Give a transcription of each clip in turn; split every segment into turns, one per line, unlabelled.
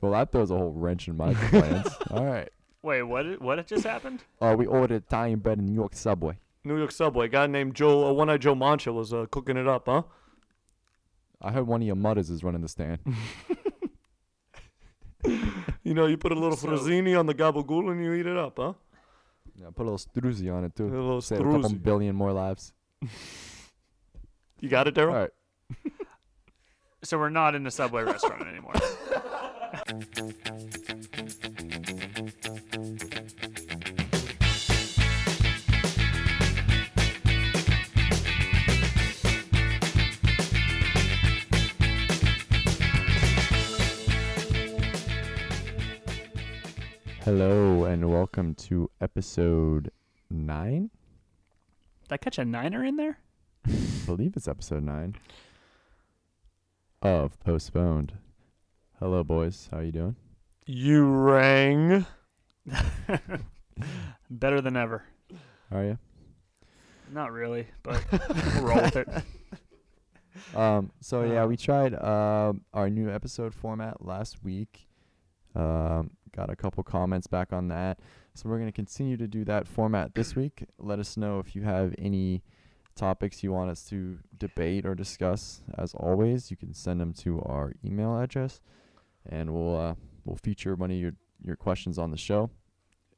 Well, that throws a whole wrench in my plans. All right.
Wait, what? i- What just happened?
Uh, we ordered Italian bread in New York Subway.
New York subway. A guy named Joe, uh, one-eyed Joe Mancha, was uh, cooking it up, huh?
I heard one of your mothers is running the stand.
You know, you put a little
So-
frazzini on the gabagool and you eat it up, huh?
yeah, put a little struzzi on Mm. it
A
too.
little
Save a couple
struzzi.
billion more lives.
You got it, Daryl.
All right.
So we're not in a Subway restaurant anymore.
Hello and welcome to episode nine.
Did I catch a niner in there?
I believe it's episode nine of postponed. Hello, boys. How you doing?
You rang.
Better than ever.
How are you?
Not really, but we'll roll with it.
Um, so yeah,
Uh,
we tried um our new episode format last week. Um, got a couple comments back on that, so we're gonna continue to do that format this week. Let us know if you have any topics you want us to debate or discuss. As always, you can send them to our email address, and we'll uh, we'll feature one of your your questions on the show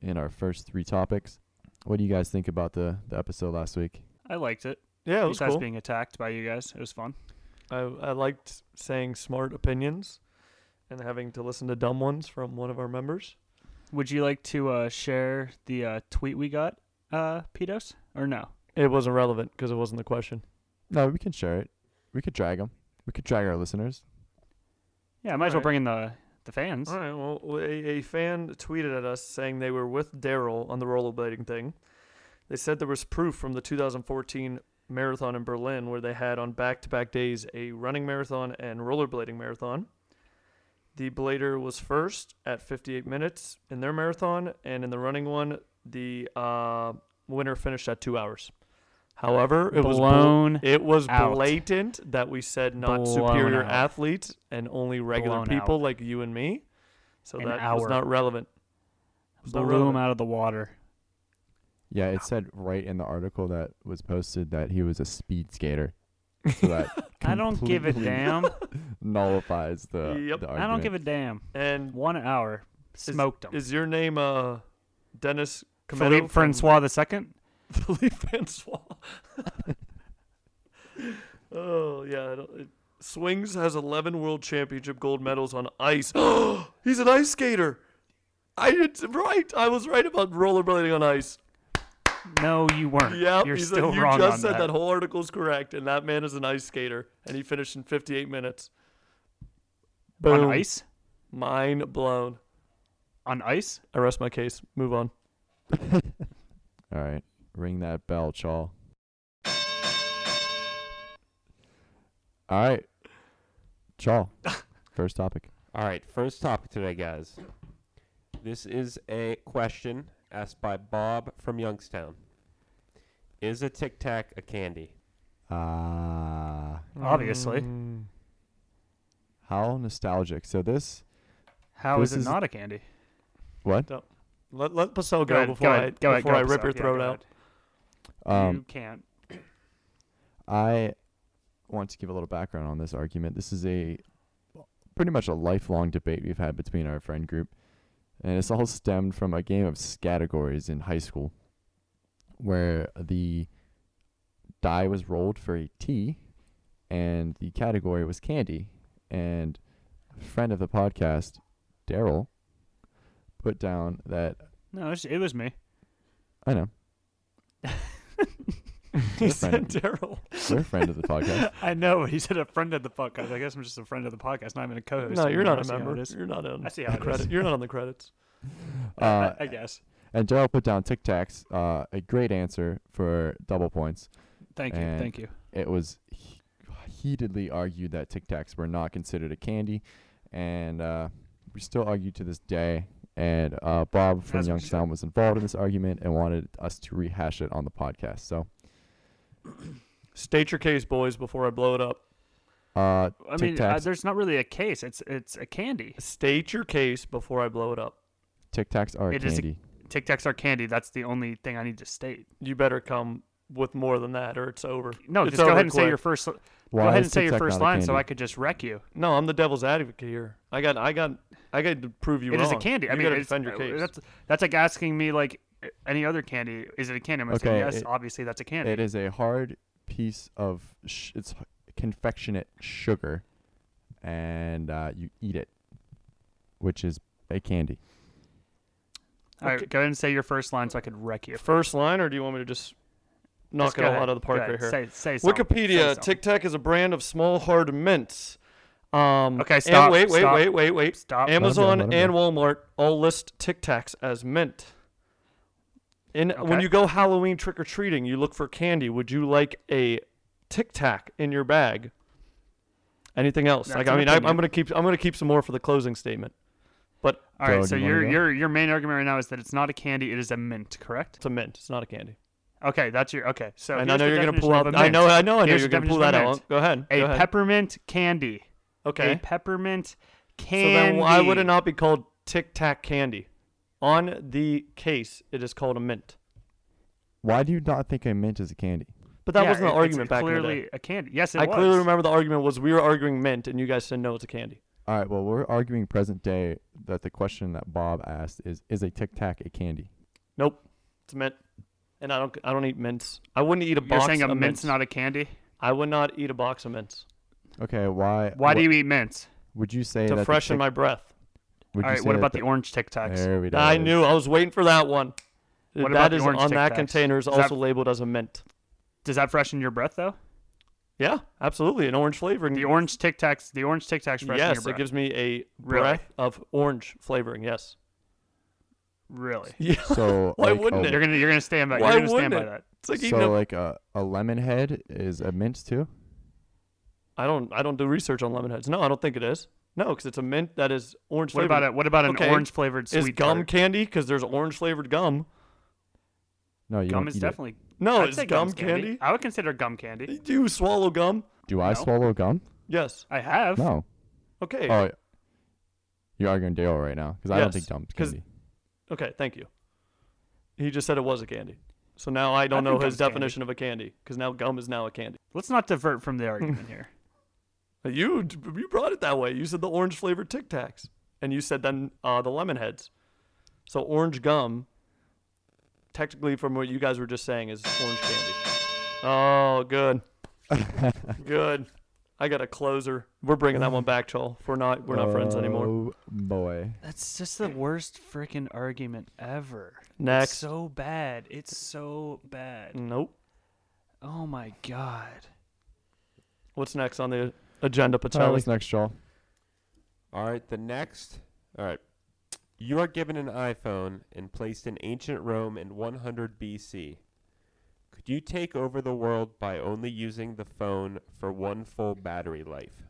in our first three topics. What do you guys think about the the episode last week?
I liked it.
Yeah, it was
Besides
cool.
being attacked by you guys, it was fun.
I, I liked saying smart opinions and having to listen to dumb ones from one of our members.
Would you like to uh, share the uh, tweet we got, uh, Pedos, or no?
It wasn't relevant because it wasn't the question.
No, we can share it. We could drag them. We could drag our listeners.
Yeah, I might as well
Alright.
bring in the the fans.
All right. Well, w- a, a fan tweeted at us saying they were with Daryl on the rollerblading thing. They said there was proof from the 2014 marathon in Berlin where they had on back-to-back days a running marathon and rollerblading marathon. The blader was first at 58 minutes in their marathon, and in the running one, the uh, winner finished at two hours. However, it was bl-
blown.
It was
out.
blatant that we said not
Blown
superior
out.
athletes and only regular
Blown
people like you and me. So
An
that
hour.
was not relevant. It's not
blew him
relevant.
out of the water.
Yeah, it said right in the article that was posted that he was a speed skater. So that
I don't give a
completely
damn.
Nullifies the,
Yep.
the
I
argument.
don't give a damn.
And
One hour smoked him.
is your name uh Dennis Cometto
Philippe
from-
Francois the second.
Philippe Francois. oh yeah, I don't, it, Swings has 11 world championship gold medals on ice. He's an ice skater. I did right. I was right about rollerblading on ice.
No, you weren't.
Yep,
You're
you said-
still
you
wrong
just
on
said that.
that.
whole article's correct, and that man is an ice skater, and he finished in 58 minutes.
on
Boom.
ice.
Mind blown.
On ice.
I rest my case. Move on.
All right, ring that bell, chaw. All right, chaw. First topic.
All right, first topic today, guys. This is a question asked by Bob from Youngstown. Is a Tic Tac a candy?
Ah,
Obviously.
Mm.
how nostalgic. So this
How is
This
it
is-
not a candy?
what?
Let let Pascal go,
ahead,
before
go ahead,
I
go ahead,
before
go
I rip
Pascal.
your
Yeah,
throat
go
out.
ahead. you
Um,
can't.
I want to give a little background on this argument. This is a pretty much a lifelong debate we've had between our friend group, and it's all stemmed from a game of categories in high school, where the die was rolled for a T, and the category was candy, and a friend of the podcast, Daryl, put down that
No, it was, it was me.
I know
He
Your friend.
said Daryl.
we're a friend of the podcast.
I know, but he said a friend of the podcast. I guess I'm just a friend of the podcast, not even a co-host.
No, you're
anymore. I
not
see
a
how
member.
it is.
You're not on
I see how it
the
is.
credit. You're not on the credits.
Uh,
I, I guess.
and Daryl put down Tic Tacs, uh, a great answer for double points.
Thank you.
and-
Thank you.
it was he- heatedly argued that Tic Tacs were not considered a candy, and uh, we still argue to this day. And uh, Bob from
As we
Youngstown was involved in this argument and wanted us to rehash it on the podcast. So
State your case, boys, before I blow it up.
Uh,
I
Tic
mean, uh,
Tacs.
there's not really a case. It's it's a candy.
State your case before I blow it up.
Tic Tacs are a
It is a-
candy.
Tic Tacs are candy. That's the only thing I need to state.
You better come with more than that, or it's over.
No,
It's
just go
over
ahead and say
quick.
your first. Go
Why
ahead
is
and say
Tic
your
Tac
first
not a
line, so
candy?
I could just wreck you.
No, I'm the devil's advocate here. I got, I got, I got to prove you
It
wrong.
is a candy. I
You
mean,
gotta
it's-
defend your
uh,
case.
That's that's like asking me like any other candy. Is it a candy? I'm gonna
Okay,
say yes.
it-
obviously, that's a candy.
It is a hard piece of sh- it's h- confectionate sugar, and uh, you eat it, which is a candy.
All right,
Okay.
go ahead and say your first line, so I could wreck you.
Your first line, or do you want me to just knock
Just
it
go
all
ahead.
out of the
Go
park
ahead.
right here?
Say, say something. Say
Wikipedia,
something.
Tic Tac is a brand of small hard mints. Um,
Okay,
and
stop,
wait, wait,
stop,
wait, wait, wait.
Stop.
him go,
Amazon
let him
and
go.
Walmart all list Tic Tacs as mint. In when
Okay.
you go Halloween trick or treating, you look for candy. Would you like a Tic Tac in your bag? Anything else?
That's
like, I
an
mean, I, I'm
opinion.
gonna keep I'm gonna keep some more for the closing statement.
All
Doug,
right, so
you wanna
your
go?
your your main argument right now is that it's not a candy; it is a mint, correct?
It's a mint. It's not a candy.
Okay, that's your okay. So
and I
here's
know
the
you're gonna pull out.
definition of a
I know.
mint.
I know. I know
Here's
you're
the
gonna pull that
definition of a
out. Go ahead.
a
go ahead.
peppermint candy.
okay.
A peppermint
So
candy.
then why would it not be called Tic Tac candy? On the case, it is called a mint.
Why do you not think a mint is a candy?
But that
Yeah, it-
wasn't the
it's
argument back in the
Clearly
day.
a candy. Yes, it
I
was.
clearly remember the argument was we were arguing mint, and you guys said no, it's a candy.
All right, well, we're arguing present day that the question that Bob asked is is a Tic Tac a candy?
Nope, it's a mint. And I don't, I don't eat mints. I wouldn't eat a
You're
box
saying a
of
mint's
mints.
not a candy.
I would not eat a box of mints
Okay, why?
Why
wha-
do you eat mints?
would you say that
to
the
freshen
Tic-
my breath.
Would
All
you
right,
say
what
that
about the
the
orange Tic Tacs?
There we go.
I knew. I was waiting for that one.
What about
that
the
is
orange
on
Tic
that
Tacs?
container is
Is
also
that-
labeled as a mint.
Does that freshen your breath though?
Yeah, absolutely, an orange flavoring.
The orange Tic Tacs. The orange Tic Tacs freshen your
yes,
breath.
it gives me a
Really?
breath of orange flavoring. Yes.
really.
Yeah.
So
Why
like,
wouldn't
a,
it?
You're gonna you're gonna stand by.
Why
you're gonna stand by
wouldn't
that.
It's like eating
So
a-
like a, a lemon head is a mint too.
I don't I don't do research on lemon heads. No, I don't think it is. No, because it's a mint that is orange
What
flavored.
about it? What about an
Okay.
orange flavored sweet
Is gum
tart?
candy? Because there's orange flavored gum.
No, you
Gum
don't
is
eat
definitely.
No,
I'd
it's
say
gum
gum's
candy.
I would consider gum candy.
Do you swallow gum?
it. Do I
No.
swallow gum?
Yes.
I have.
No.
Okay.
Oh, you're arguing Dale right now because I don't think
Yes,
gum's
'cause-
candy.
Okay. Thank you. He just said it was a candy. So now I don't
I
know
think
his
gum's candy.
definition of a candy because now gum is now a candy.
Let's not divert from the argument here.
But You d- you brought it that way. You said the orange flavored Tic Tacs, and you said then uh, the lemon heads. So orange gum, technically, from what you guys were just saying, is orange candy. Oh, good, good. I got a closer. We're bringing that one back, Chol. If We're not we're not friends anymore.
Oh boy.
That's just the worst freaking argument ever.
Next.
so bad. It's so bad.
nope.
Oh my god.
What's next on the agenda,
All right,
Pacelli?
what's next, Shaw?
All right, the next. All right. You are given an iPhone and placed in ancient Rome in 100 BC. Could you take over the world by only using the phone for one full battery life?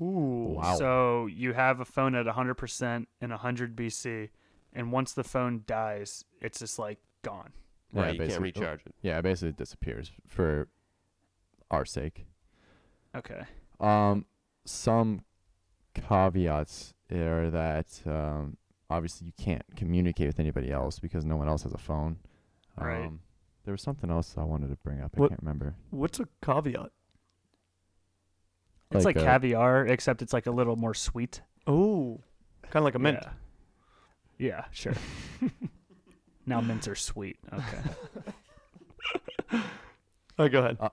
Ooh.
Wow.
So you have a phone at 100% in 100 BC, and once the phone dies, it's just like gone.
Yeah,
right, you can't
basically.
recharge it.
Yeah, it basically disappears for our sake.
Okay.
Um, some caveats are that um, obviously you can't communicate with anybody else because no one else has a phone.
Right.
Um, there was something else I wanted to bring up. I
What-
can't remember.
What's a caveat?
It's like,
Like, uh,
caviar, except it's like a little more sweet.
Ooh. Kind of like a mint.
Yeah, Yeah, sure. now mints are sweet. Okay.
All right, go ahead.
Uh,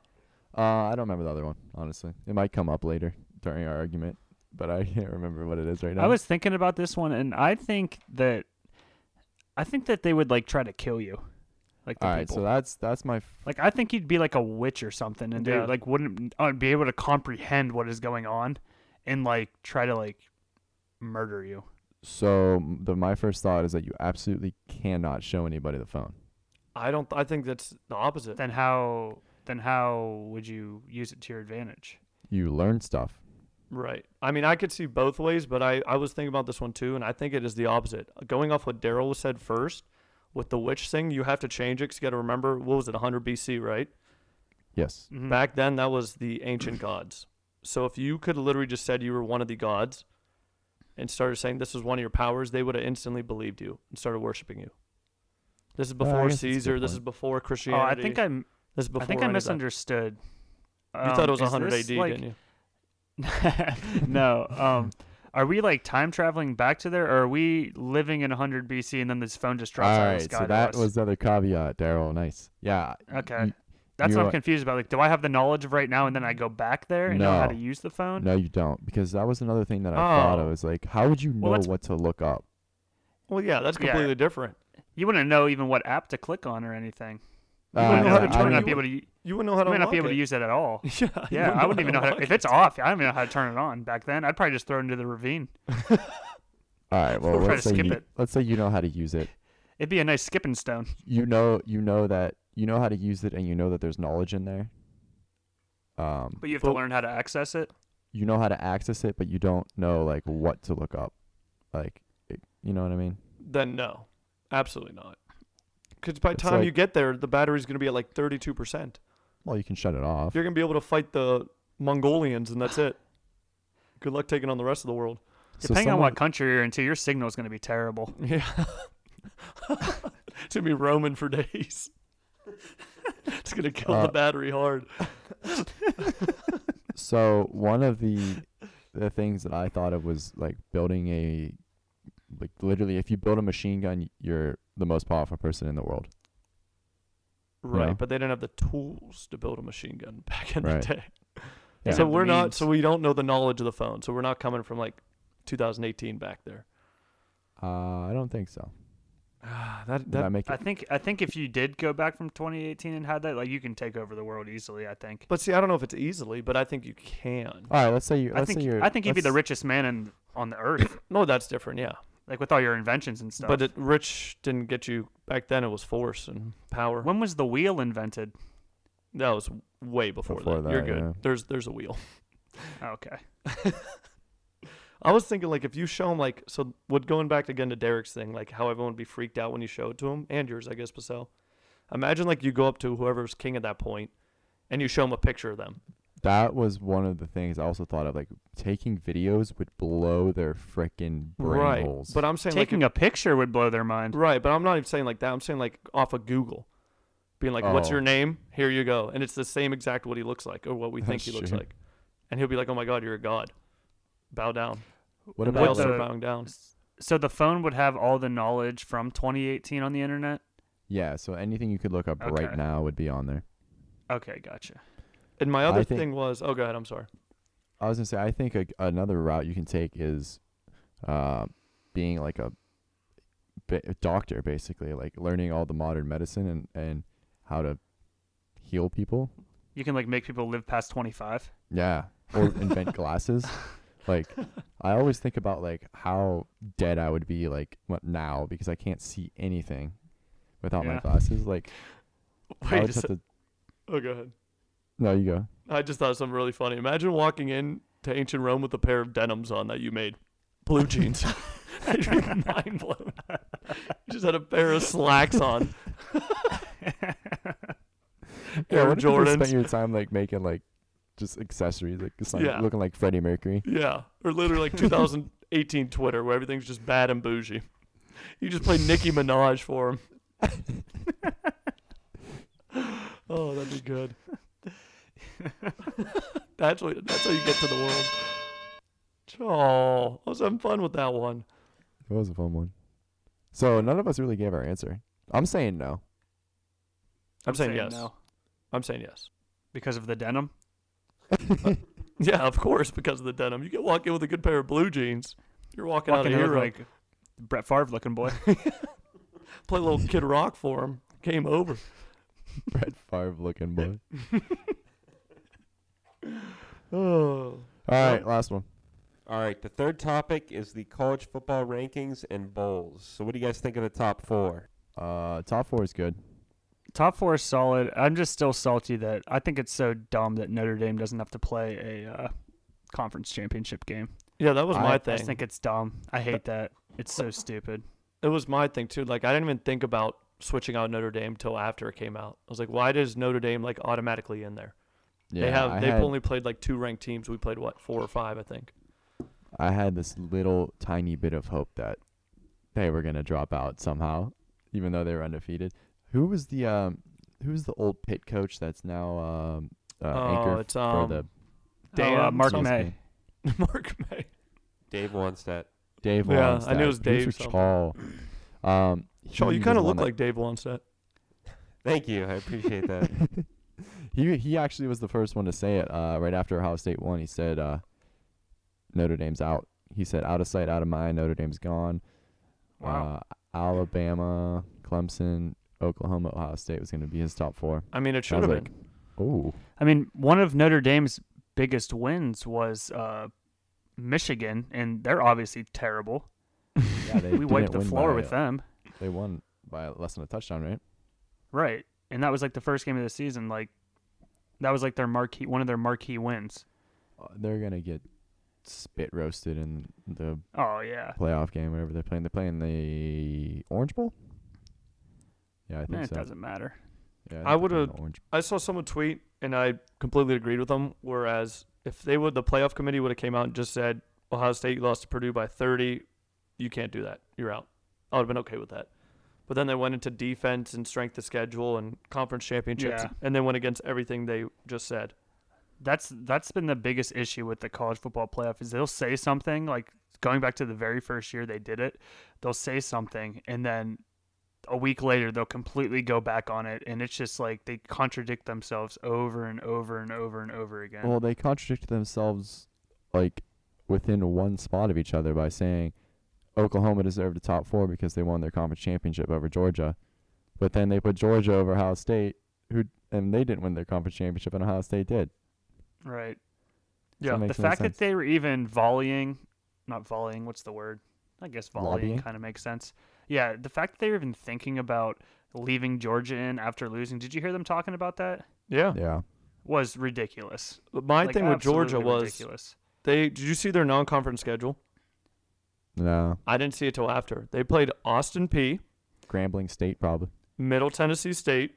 I don't remember the other one, honestly. It might come up later during our argument, but I can't remember what it is right now.
I was thinking about this one, and I think that I think that they would like try to kill you, like the
All right,
people.
so that's that's my f-
like I think you'd be like a witch or something, and
Yeah.
they like wouldn't uh, be able to comprehend what is going on, and like try to like murder you.
so m- the my first thought is that you absolutely cannot show anybody the phone.
I don't. I think that's the opposite.
Then how? Then how would you use it to your advantage?
You learn stuff.
Right. I mean, I could see both ways, but I, I was thinking about this one too, and I think it is the opposite. Going off what Daryl said first, with the witch thing, you have to change it 'cause you got to
Mm-hmm.
remember, what was it, 100 BC, right?
Yes.
Mhm.
Mm-hmm. Back then, that was the ancient gods. So if you could have literally just said you were one of the gods and started saying this was one of your powers, they would have instantly believed you and started worshiping you. This is
I
before
guess that's a good
Caesar. This
point.
is before
Oh, I
Christianity.
think I m-
this is before
I think I
any of that.
misunderstood.
You thought it was
Um,
100
is
AD,
this, like-
didn't you?
no. Um, are we like time traveling back to there, or are we living in 100 BC and then this phone just drops
All
out of
right,
the sky?
so
to
that
us?
was the other caveat, Daryl. Nice. Yeah.
Okay.
you-
That's
you
what I'm
are-
confused about. Like, do I have the knowledge of right now, and then I go back there and know how
No.
to use the phone?
no, you don't, because that was another thing that I thought
Oh.
of. Is like, how would you know
Well, that's-
what to look up?
Well, yeah, that's
Yeah.
completely different.
You wouldn't know even what app to click on or anything. You
Uh,
wouldn't
know
know
how
how
to
to
turn
turn
it
not be
on.
able to. u-
You wouldn't know how
You
to
might not be able
unlock
to use that at all.
it. Yeah, you
Yeah, I wouldn't even know how.
unlock
To, if
it.
it's off, I don't even know how to turn it on. Back then, I'd probably just throw it into the ravine.
All right. Well,
We'll try
let's
to
say
skip
you,
it.
let's say you know how to use it.
It'd be a nice skipping stone.
You know, you know that you know how to use it, and you know that there's knowledge in there. Um,
But you have
Well-
to learn how to access it.
you know how to access it, but you don't know like what to look up. Like, it, you know what I mean?
Then no, absolutely not. Because by the
It's
time you
like-
get there, the battery's going to be at like 32 percent.
Well, you can shut it off.
You're going to be able to fight the Mongolians, and that's it. Good luck taking on the rest of the world.
So
Depending on
someone-
what country you're into, your signal is going to be terrible.
Yeah. it's gonna be roaming for days. it's gonna kill
Uh,
the battery hard.
so one of the the things that I thought of was like building a like literally if you build a machine gun you're the most powerful person in the world.
Right,
yeah.
but they didn't have the tools to build a machine gun back in
Right.
the day.
Yeah.
So
The
we're not.
means.
So we don't know the knowledge of the phone. So we're not coming from like 2018 back there.
Uh, I don't think so.
Ah, that
Did I
that
make
I
it?
think I think if you did go back from 2018 and had that, like you can take over the world easily. I think.
But see, I don't know if it's easily, but I think you can.
All right, let's say you. Let's
I think
say you're,
I think you'd be the
let's-
richest man in, on the earth,
No, that's different. Yeah,
like with all your inventions and stuff.
but it, rich didn't get you back then. It was force and power.
when was the wheel invented?
that was way before,
Before
that. You're
that,
good.
yeah.
There's there's a wheel.
Oh, okay.
I was thinking like if you show him like so what going back again to Derek's thing like how everyone would be freaked out when you show it to him and yours I guess Pascal. Imagine like you go up to whoever's king at that point and you show him a picture of them.
That was one of the things I also thought of. Like taking videos would blow their frickin' brain
right.
holes.
But I'm saying
Taking
like
a picture would blow their mind.
right, but I'm not even saying like that. I'm saying like off of Google, being like, "What's
Oh.
your name? Here you go," and it's the same exact what he looks like or what we think he looks
Sure.
like, and he'll be like, "Oh my God, you're a god." Bow down.
what
What
And they all
about
the-
start bowing down.
So the phone would have all the knowledge from 2018 on the internet.
yeah? So anything you could look up
Okay.
right now would be on there.
Okay, gotcha.
And my other
I think-
thing was, oh, go ahead. I'm sorry.
I was gonna say, I think a, another route you can take is, uh, being like a, ba- a doctor, basically, like learning all the modern medicine and and how to heal people.
You can like make people live past 25.
Yeah, or invent glasses. Like, I always think about like how dead I would be like what now because I can't see anything without my
Yeah.
glasses. Like, I
Wait
would
a
just
sec.
have to.
Oh, go ahead.
No, you go.
I just thought of something really funny. Imagine walking in to ancient Rome with a pair of denims on that you made, blue jeans. You'd be mind blown. You just had a pair of slacks on.
Yeah,
Air
what if you just
Jordans.
spent your time like making like just accessories, like just, like,
Yeah.
looking like Freddie Mercury.
yeah, or literally like 2018 Twitter where everything's just bad and bougie. You just play Nicki Minaj for him. oh, that'd be good. that's what. That's how you get to the world. Oh, I was having fun with that one.
That was a fun one. So none of us really gave our answer. I'm saying no.
I'm, saying, yes.
no
I'm saying yes.
because of the denim.
Yeah, of course, because of the denim. You can walk in with a good pair of blue jeans. You're walking,
Fucking
out of
look
here
like Brett Favre looking boy.
play a little Kid Rock for him. Game over.
Brett Favre looking boy.
Oh,
All right, last one.
All right, the third topic is the college football rankings and bowls. So, what do you guys think of the top four?
Uh, top four is good.
Top four is solid. I'm just still salty that I think it's so dumb that Notre Dame doesn't have to play a uh, conference championship game.
yeah, that was
I-
my
I
I
thing.
just think it's dumb. I hate that. It's so stupid.
it was my thing too. Like I didn't even think about switching out Notre Dame till after it came out. I was like, why does Notre Dame like automatically in there?
Yeah,
they have
I
they've
had,
only played like two ranked teams. We played what four or five, I think.
I had this little tiny bit of hope that they were gonna drop out somehow, even though they were undefeated. Who was the um who was the old pit coach that's now um uh,
oh,
anchor
it's
for
um
the
Oh, uh,
Dan
Excuse
Mark
something.
May.
me.
Mark May.
Dave Wonstadt.
Dave
Yeah, I knew
Wallstad,
it was
producer
Dave something.
Chal. Um,
Shaw,
he
you
was
kind
the one
of look
that-
like Dave Wonstadt.
Thank you. I appreciate that.
he he actually was the first one to say it. Uh, right after Ohio State won, he said uh, Notre Dame's out. He said out of sight, out of mind. Notre Dame's gone.
Wow.
Uh, Alabama, Clemson, Oklahoma, Ohio State was going to be his top four.
I mean, it
I
should
was
have
like,
been.
oh,
I mean, one of Notre Dame's biggest wins was uh, Michigan, and they're obviously terrible.
yeah, they
we wiped
didn't
the
win
floor
by-
with them,
They won by less than a touchdown, right?
right? And that was like the first game of the season. Like that was like their marquee, one of their marquee wins.
Uh, they're going to get spit roasted in the
Oh yeah,
playoff game, whatever they're playing. They're playing the Orange Bowl. Yeah, I think
Man, Eh, it
so.
doesn't matter.
Yeah, think they're
I
playing
would've-
the Orange
I saw someone tweet, and I completely agreed with them. Whereas if they would, the playoff committee would have came out and just said Ohio State lost to Purdue by 30, you can't do that. You're out. I would have been okay with that. But then they went into defense and strength of schedule and conference championships,
Yeah.
and they went against everything they just said.
That's that's been the biggest issue with the college football playoff is they'll say something like going back to the very first year they did it, they'll say something and then a week later they'll completely go back on it and it's just like they contradict themselves over and over and over and over again.
Well, they contradict themselves like within one spot of each other by saying Oklahoma deserved a top four because they won their conference championship over Georgia, but then they put Georgia over Ohio State, who and they didn't win their conference championship, and Ohio State did.
right.
So it
Yeah,
makes
the
no
fact
sense.
that they were even volleying, not volleying, what's the word? I guess volleying
Lobbying?
kind of makes sense. Yeah, the fact that they were even thinking about leaving Georgia in after losing. Did you hear them talking about that?
Yeah.
yeah,
Was ridiculous.
My
Like,
thing with Georgia
absolutely
was
ridiculous.
they. Did you see their non-conference schedule?
no,
I didn't see it till after they played Austin P,
Grambling State probably.
Middle Tennessee State,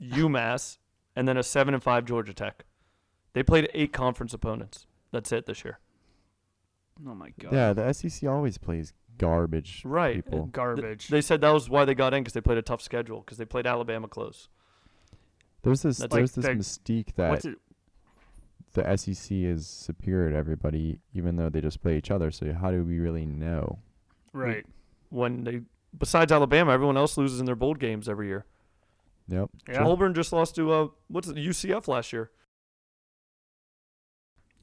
UMass, and then a seven and five Georgia Tech. They played eight conference opponents. That's it this year.
Oh my god.
Yeah, the SEC always plays garbage.
Right.
people.
Garbage.
They said that was why they got in because they played a tough schedule because they played Alabama close.
There's this
That's
like
there's this
the-
mystique that
What's it?
the SEC is superior to everybody, even though they just play each other. So how do we really know?
Right.
When they, besides Alabama, everyone else loses in their bowl games every year.
Yep.
Yeah.
Auburn just lost to uh, what's it, UCF last year.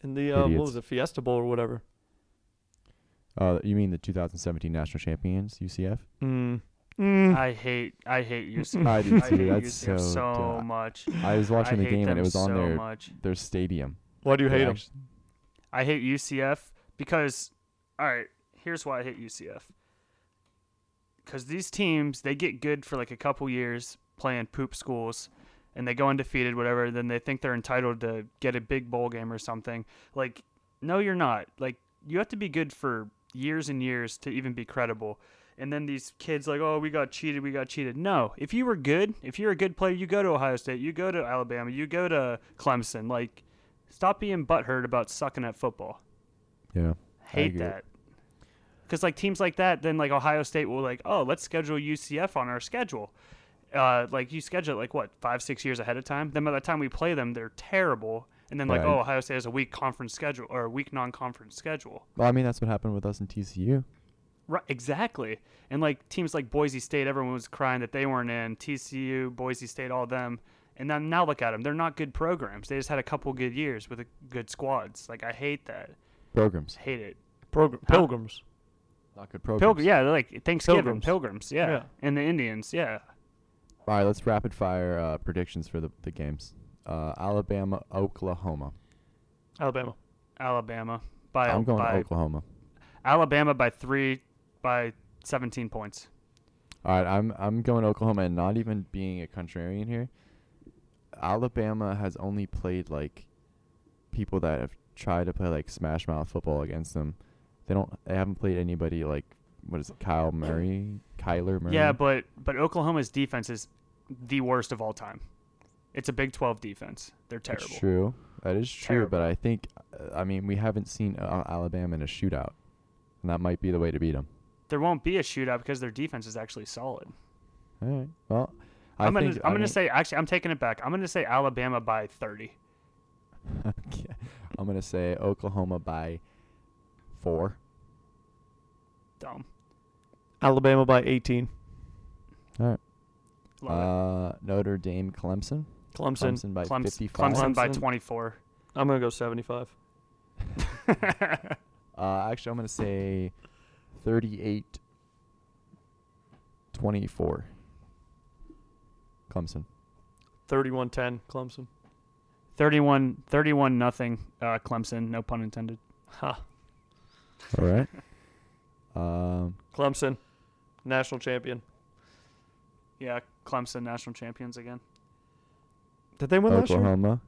In the uh, what
Idiots.
was it Fiesta Bowl or whatever.
Uh, you mean the 2017 national champions, UCF?
Mm. Mm.
I hate I hate UCF.
I do
I
too.
hate
That's
UCF
so.
so
dumb.
much.
I was watching the
I hate
game
them
and it was on
so
their
much.
their stadium.
Why do you
They
hate them?
actu-
I hate UCF because all right, here's why I hate UCF. Cuz these teams, they get good for like a couple years playing poop schools and they go undefeated whatever, then they think they're entitled to get a big bowl game or something. Like no, you're not. Like you have to be good for years and years to even be credible. And then these kids like, "Oh, we got cheated, we got cheated." No. If you were good, if you're a good player, you go to Ohio State, you go to Alabama, you go to Clemson. Like stop being butthurt about sucking at football.
Yeah.
Hate
agree.
that. Because like teams like that, then like Ohio State will like, oh, let's schedule UCF on our schedule. Uh, like you schedule it like what five six years ahead of time. Then by the time we play them, they're terrible. And then like,
Right.
oh, Ohio State has a weak conference schedule or a weak non-conference schedule.
Well, I mean that's what happened with us in TCU.
Right, exactly. And like teams like Boise State, everyone was crying that they weren't in TCU, Boise State, all them. And then now look at them; they're not good programs. They just had a couple good years with a, good squads. Like I hate that.
Programs,
Hate it.
Pilgr-
Huh?
Pilgrims.
not good programs.
Pilgr- yeah, they're like Thanksgiving
Pilgrims.
pilgrims, yeah.
Yeah.
and the Indians, yeah.
All right, let's rapid fire uh, predictions for the the games. Uh, Alabama, Oklahoma.
Alabama.
Alabama by
I'm going
by
to Oklahoma.
Alabama by three by seventeen points.
All right, I'm I'm going to Oklahoma and not even being a contrarian here. Alabama has only played like people that have tried to play like smash mouth football against them. They don't they haven't played anybody like what is it, Kyle Murray? Kyler Murray.
Yeah, but but Oklahoma's defense is the worst of all time. It's a Big 12 defense. They're terrible.
That's true. That is true.
Terrible.
But I think, uh, I mean, we haven't seen uh, Alabama in a shootout, and that might be the way to beat them.
There won't be a shootout because their defense is actually solid.
All right. Well, I
I am gonna,
think
I'm gonna
mean,
say actually I'm taking it back. I'm gonna say Alabama by 30.
Okay. I'm gonna say Oklahoma by four.
Dumb.
Alabama by 18.
Love
Uh, Notre Dame, Clemson.
Clemson.
Clemson by
it. Clemson,
55.
Clemson by
Clemson.
24.
I'm gonna go 75.
Uh, actually, I'm gonna say 38, 24. Clemson.
31-10 Clemson.
31 31 nothing uh, Clemson, no pun intended.
Ha.
All right. um,
Clemson, national champion.
Yeah, Clemson national champions again.
Did they win last year?
Oklahoma.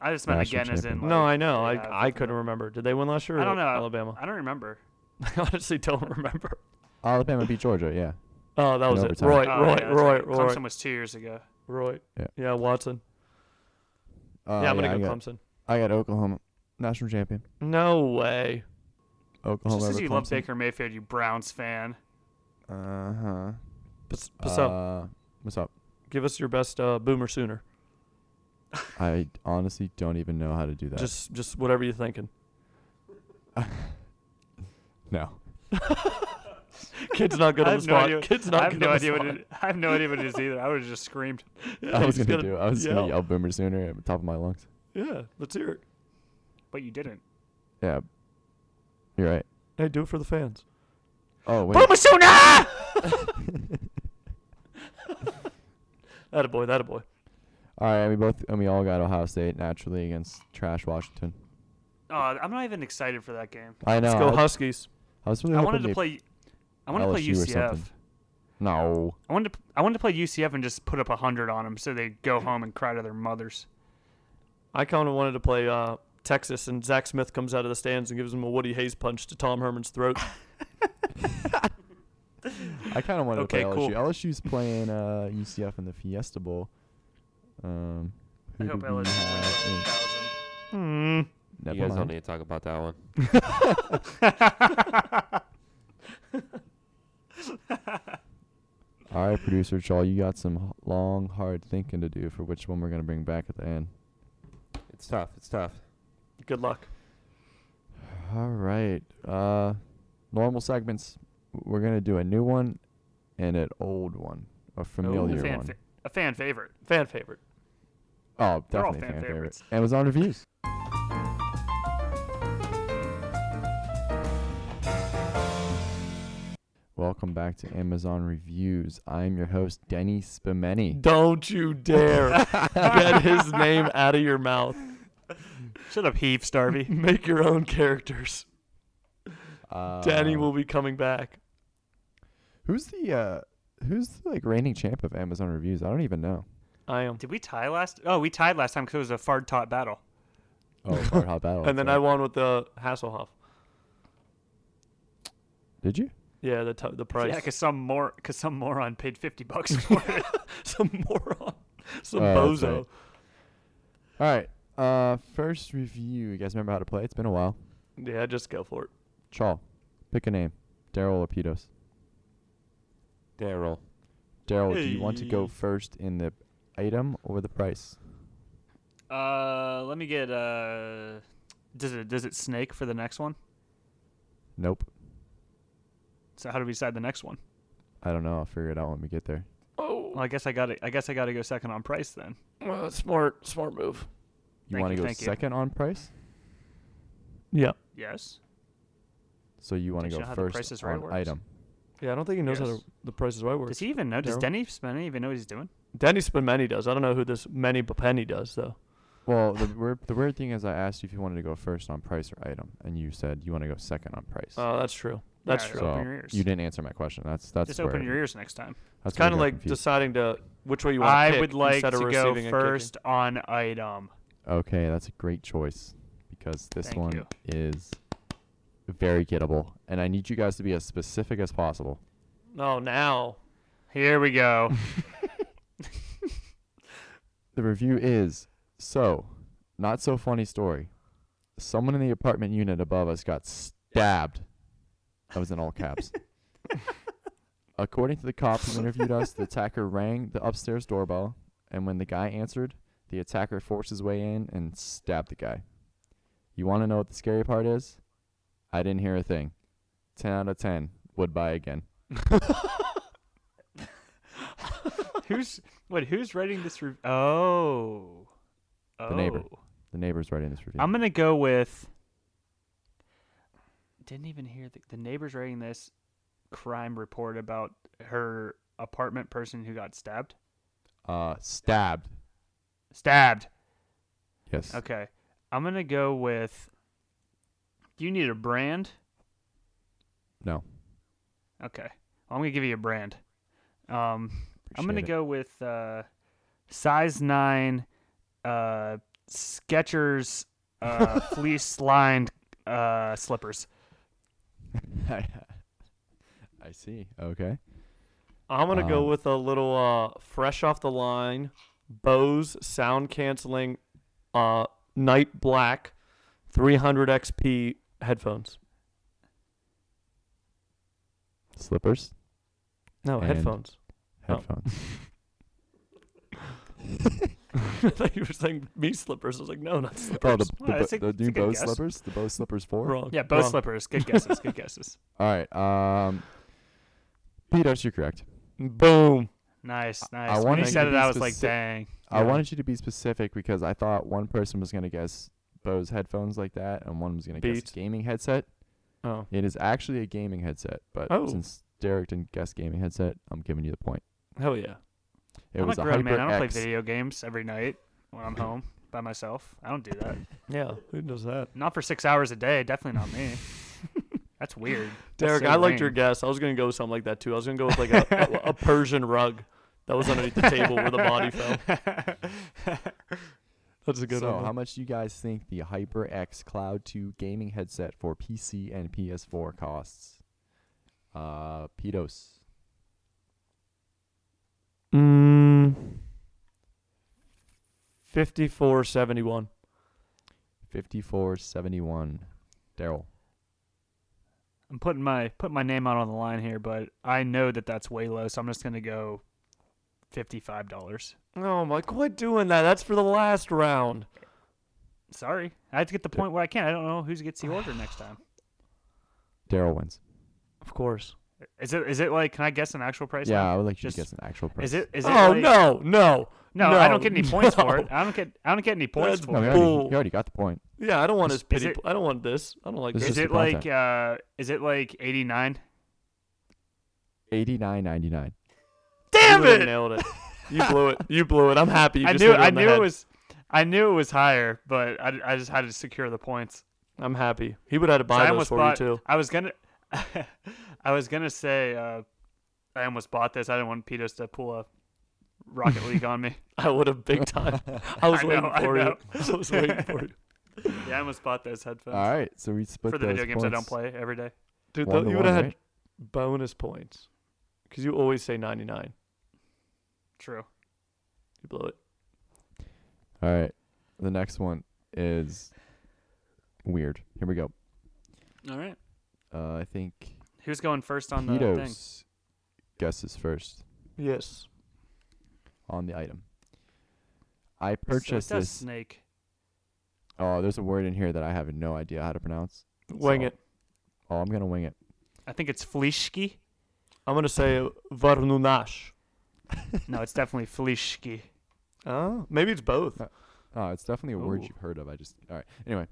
I just meant
National
again as in
champion.
like,
No, I know.
yeah,
I I couldn't remember. Did they win last year? or
I don't know.
Alabama.
I don't remember.
I honestly don't remember.
Alabama beat Georgia. Yeah.
Oh, that was
In
it.
overtime.
Roy,
Oh,
Roy,
yeah, that's
Roy,
right.
Roy,
Clemson was 2 years ago.
Roy.
Yeah.
Yeah, Watson.
Uh,
yeah, I'm
I
gonna go
got,
Clemson.
I got Oklahoma, national champion.
No way.
Oklahoma.
Just because
over
you love
Clemson.
Baker Mayfield, you Browns fan.
Uh-huh.
What's,
Uh
what's up?
What's up?
Give us your best uh, boomer sooner.
I honestly don't even know how to do that.
Just just whatever you're thinking.
no.
Kid's not good
I
on
have
the
no
spot.
idea-
Kid's not
I have
good
no
on
idea
the
what
spot.
it, I have no idea what it is either. I would have just screamed.
Yeah,
I was
he's
gonna, do. I was
yell.
gonna yell "Boomer Sooner" at the top of my lungs.
Yeah, let's hear it.
But you didn't.
Yeah. You're right.
Hey, do it for the fans.
Oh wait.
Boomer sooner! that a boy. That a boy.
All right. We both and we all got Ohio State naturally against trash Washington.
Oh, I'm not even excited for that game.
I know.
Let's go
I,
Huskies.
I was really
I
hoping
wanted to
they-
play. I wanted to play
LSU or
UCF.
something. No.
I wanted to. I wanted to play UCF and just put up a hundred on them, so they go home and cry to their mothers.
I kind of wanted to play uh, Texas, and Zach Smith comes out of the stands and gives him a Woody Hayes punch to Tom Herman's throat.
I kind of wanted
Okay,
to play
cool.
LSU. LSU's playing uh, UCF in the Fiesta Bowl. Um.
I
who
hope
do
LSU
we
wins
have in-
1,000.
Hmm.
Never
you guys
mind.
don't need to talk about that one.
All right, producer Charles, you got some h- long, hard thinking to do for which one we're gonna bring back at the end.
It's tough. It's tough.
Good luck.
All right. Uh, normal segments. We're gonna do a new one and an old one,
Oh,
a familiar
a, fan
one.
fa- a fan favorite.
Fan favorite.
oh,
They're all
definitely
fan
fan favorite.
favorites.
And it was on reviews. Welcome back to Amazon Reviews. I'm your host, Denny Spimeni.
Don't you dare get his name out of your mouth.
Shut up, Heaps, Darby.
Make your own characters.
Uh,
Danny will be coming back.
Who's the uh, who's the, like reigning champ of Amazon Reviews? I don't even know.
I am.
Did we tie last? Oh, we tied last time because it was a fard tot battle.
Oh, Hard Hot Battle.
And then I won with the Hasselhoff.
did you?
Yeah, the t- the price.
Yeah, because some more because some moron paid fifty bucks for it.
some moron, some
Oh, that's
bozo.
right. All right. Uh, first review. You guys remember how to play? It's been a while.
Yeah, just go for it.
Chaw, pick a name. Daryl Lapidos.
Daryl.
Daryl, do you want to go
Hey.
first in the item or the price?
Uh, let me get uh, does it does it snake for the next one?
Nope.
So how do we decide the next one?
I don't know. I'll figure it out when we get there.
Oh,
Well, I guess I got to I guess I got to go second on price then.
uh, smart, smart move.
You
Thank
want
you,
to go
thank you.
second on price?
Yeah,
Yes.
So you want
Don't
to
you
go
know how the Price
first
is Right
on
works?
item.
yeah. I don't think he knows how
Yes.
to, the prices right
Does
works.
he even know? Does
Daryl?
Denny Spenny even know what he's doing?
Danny Spinmany does. I don't know who this Many Penny does though.
Well, the weird, the weird thing is, I asked you if you wanted to go first on price or item, and you said you want to go second on price.
Oh, that's true. That's
Alright,
true.
so
open your ears.
you didn't answer my question. That's that's
Just
where,
open your ears next time.
That's
It's kind of like
just
deciding to which way you want to
I
pick
would like
instead of
to go
receiving and kicking.
first on item.
Okay, that's a great choice because this
Thank
one
you.
is very gettable, and I need you guys to be as specific as possible.
No, Oh, now
Here we go.
The review is so not so funny story. Someone in the apartment unit above us got stabbed. That was in all caps. According to the cop who interviewed us, the attacker rang the upstairs doorbell, and when the guy answered, the attacker forced his way in and stabbed the guy. You want to know what the scary part is? I didn't hear a thing. 10 out of 10. Would buy again.
who's wait? Who's writing this review? Oh, oh.
The neighbor. The neighbor's writing this review.
I'm gonna go with. Didn't even hear the, the neighbors writing this crime report about her apartment person who got stabbed.
uh, stabbed.
Stabbed.
Yes.
Okay, I'm gonna go with. Do you need a brand?
No.
Okay, I'm gonna give you a brand. Um, I'm gonna
Appreciate it.
go with uh, size nine, uh, Skechers uh, fleece lined uh, slippers.
I I see. Okay.
I'm gonna go
Um,
with a little uh, fresh off the line, Bose sound canceling, uh, night black, 300 XP headphones.
Slippers,
No
And-
headphones. Oh.
headphones.
I thought you were saying me slippers. I was like, no, not slippers.
Oh, the, the,
Well,
bo-
that's a-
the
that's a
new
good
Bose
guess.
slippers? The Bose slippers 4?
Wrong.
Yeah, both
wrong.
slippers. Good guesses. Good guesses.
All right. Um, Pete, Arch, you're correct.
Boom.
Nice, nice.
wanted
when he
to
said
be
it, I was like,
specific-
dang.
I
Yeah.
wanted you to be specific because I thought one person was going to guess Bose headphones like that, and one was going to guess
Pete.
gaming headset.
Oh.
It is actually a gaming headset, but
Oh.
since Derek didn't guess gaming headset, I'm giving you the point.
Hell yeah.
It
I'm
was
a
a
grown man. I don't play
HyperX.
video games every night when I'm home by myself. I don't do that.
Yeah. Who does that?
Not for six hours a day. Definitely not me. That's weird. That's
Derek,
so
I liked your
lame.
guess. I was gonna go with something like that too. I was gonna go with like a, a, a Persian rug that was underneath the table where the body fell. That's a
so, how much do you guys think the HyperX Cloud 2 gaming headset for PC and PS4 costs? Uh, Pedos,
Mm, Fifty-four seventy-one.
fifty-four seventy-one. Daryl,
I'm putting my putting my name out on the line here, but I know that that's way low, so I'm just gonna go fifty-five dollars.
Oh my! Quit doing that. That's for the last round.
Sorry, I have to get the point where I can. I don't know who gets the order next time.
Daryl wins.
Of course.
Is it is it like? Can I guess an actual price?
yeah,
now?
I would like you
Just-
to guess an actual price.
Is it is it?
Oh
like-
no! No!
No, I don't get any points for
no.
it. I don't get I don't get any points
That's
No,
for
he
it.
already,
Bull.
he already got the point.
Yeah, I don't want
Is-
his
is
pity.
it-
pl- I don't want this. I don't like
Is
this.
just
Is
the
it like
content.
uh is it like 89?
Eighty-nine ninety-nine.
Damn it! Nailed it. You blew it. You blew it. I'm happy. You
I
just
knew
hit it on
I
the
knew
head.
it was I knew it was higher, but I, I just had to secure the points.
I'm happy. He would have had to
'Cause
buy
I
those
almost
for
bought
you too.
I was going to I was going to say uh I almost bought this. I didn't want Petos to pull a Rocket League on me.
I would have big time. I was
I
waiting
know, I
for
know.
you. I was waiting for you.
Yeah, I almost bought those headphones
All right, so we split
for the
those
video games I don't
points.
play every day.
Dude,
One
though,
to
you would have
one, right?
had bonus points because you always say 99.
True.
You blow it.
All right, the next one is weird. Here we go.
All right.
Uh, I think
Who's going first on the thing?
Pedos guesses first
Yes.
on the item. I
So it
purchased
does
this.
snake.
Oh, there's a word in here that I have no idea how to pronounce.
Wing
So-
it.
Oh, I'm gonna wing it.
I think it's Fleeschke.
I'm going to say Varnunash.
No, it's definitely Fleeschke.
Oh, maybe it's both.
Oh, it's definitely a word
Ooh.
you've heard of. I just all right. Anyway,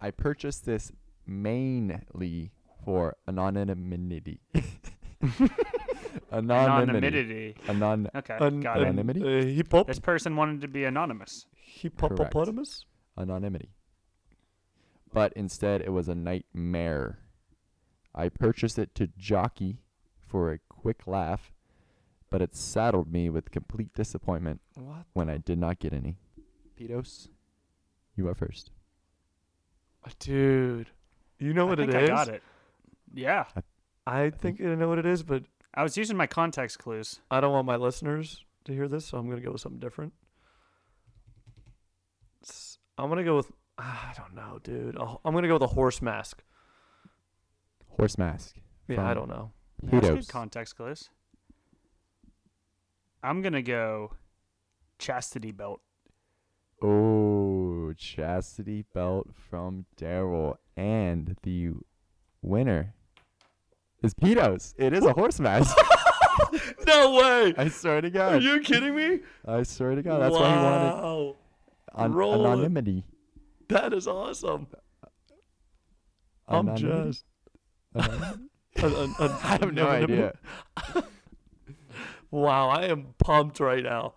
I purchased this mainly for anonymity. anonymity.
Anonymity.
Anon-
Okay,
An-
got
an-
it.
Anonymity?
Uh, hip hop.
This person wanted to be anonymous.
Hippopotamus?
anonymity. But instead, it was a nightmare. I purchased it to jockey for a quick laugh, but it saddled me with complete disappointment
What?
when I did not get any. Pedos, you are first.
Dude. You know what
I think
it
I
is?
got it. Yeah,
I think I know what it is, but
I was using my context clues.
I don't want my listeners to hear this, so I'm going to go with something different. I'm gonna go with. ah, I don't know, dude. I'll- I'm gonna go with a horse mask.
Horse mask.
Yeah, I
Fine.
don't know.
That's good
Pedos.
context clues. I'm gonna go chastity belt.
Oh, chastity belt from Daryl, and the winner is Pedos. It is a horse mask.
No way.
I swear to God.
you kidding me?
I swear to God. That's why he wanted an-
Roll it.
anonymity.
That is awesome. I'm
Anonymity?
jazzed. I
I have no idea.
Wow, I am pumped right now.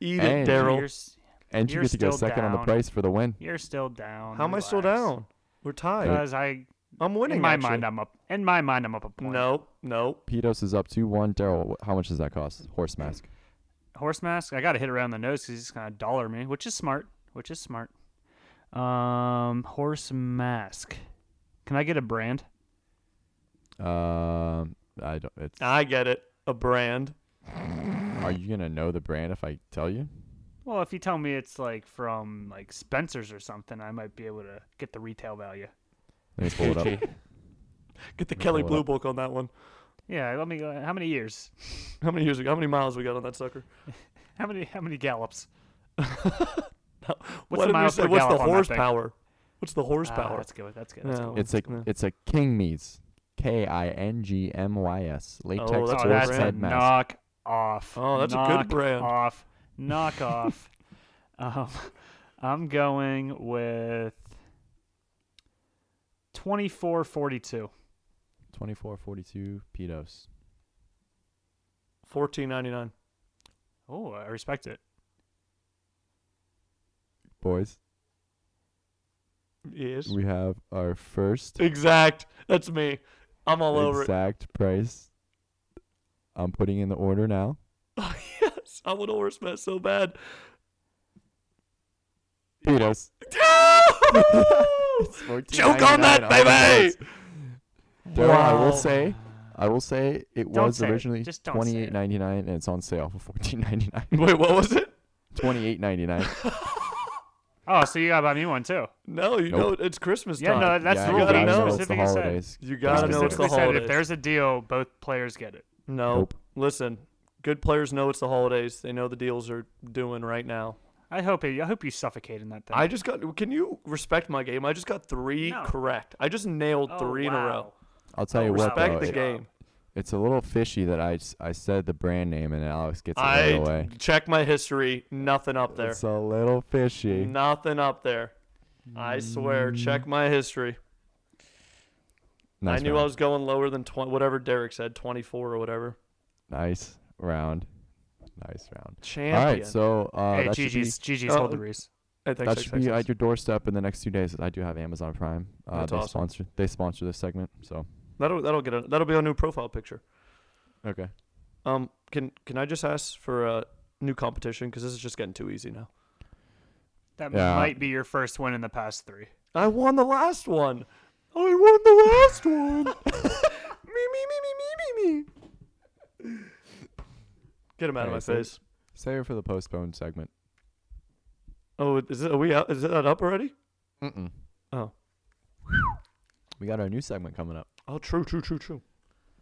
Eat
And-
it,
You're,
Daryl.
s-
And you
You're
get to go
still
second on the
down.
price for the win.
you're still down.
How am I still down? We're
Uh,
tied.
Because I,
I'm winning.
in my
actually.
mind, I'm up. In my mind, I'm up a point.
No, no.
Pedos is up 2 1. Daryl, wh- how much does that cost? Horse mask.
horse mask. I got to hit around the nose because he's gonna dollar me, which is smart. Which is smart. Um, horse mask. Can I get a brand?
Um, I don't. It's,
I get it. A brand.
are you gonna know the brand if I tell you?
Well, if you tell me it's like from like Spencer's or something, I might be able to get the retail value.
Let me pull it up.
Gucci.
Get the
me
Kelly
pull it
Blue
up.
Book on that one.
Yeah, let me go. How many years?
How many years? we got? How many miles we got on that sucker?
How many? How many gallops?
What's
the
the,
miles per
what's the
gallop on that thing?
horsepower? What's the
Ah,
horsepower?
that's good. That's good. That's
No.
good.
It's like
Yeah.
it's a King Meats. K I N G M Y S. Latex
Oh,
horse
that's
oh, that's a
head mask.
knock off.
Oh, that's a good
knock
brand.
Off. Knock off. Um, I'm going with twenty four forty two.
Twenty four forty two pedos.
Fourteen ninety nine.
Oh, I respect it.
Boys,
Yes.
we have our first
Exact. That's me. I'm all over it.
exact price. I'm putting in the order now.
Oh, yes. I want a horse mess so bad.
Pedos.
Joke
Joke
on that, baby.
Daryl, I
Wow.
will say, I will say it
Don't
was
say it.
originally
Just don't say
twenty
it.
eight ninety nine, and it's on sale for fourteen ninety nine.
Wait, what was it?
Twenty eight ninety nine.
Oh, so you gotta buy me one too.
No, you know it's Christmas
Yeah,
time.
no, that's
yeah,
the
I
rule.
gotta
They
know it's the
specifically
the
said.
holidays.
You gotta
They
know it's the
specifically said if
holidays.
there's a deal, both players get it.
no,
Nope.
listen. Good players know it's the holidays. They know the deals are doing right now.
I hope it, I hope you suffocate in that thing.
I just got. Can you respect my game? I just got three
No.
correct. I just nailed
Oh,
three in a row.
wow.
I'll tell you what,
Respect
though,
the
it-
game.
it's a little fishy that I, s- I said the brand name and Alex gets it right
I
away.
check my history. Nothing up there.
It's a little fishy.
Nothing up there. I swear. Check my history.
Mm. Nice
I knew I
round.
was going lower than 20, whatever Derek said, 24 or whatever.
nice round. Nice round.
Champion.
All right, so uh,
hey,
that should be,
GG's, GG's,
Oh,
hold the Reese.
I think
that
six,
should
six,
be
six.
at your doorstep in the next two days. I do have Amazon Prime. Uh,
That's
they
awesome.
sponsor they sponsor this segment, so
That'll that'll get a, that'll be our new profile picture.
okay.
Um, can can I just ask for a new competition because this is just getting too easy now.
That
Yeah.
might be your first win in the past three.
I won the last one. I won the last one. me me me me me me me. Get him out of
Hey,
my
so-
face.
Save it for the postponed segment.
Oh, is it? Are we out? Is that up already?
Mm-mm.
Oh.
we got our new segment coming up.
Oh, true, true, true, true.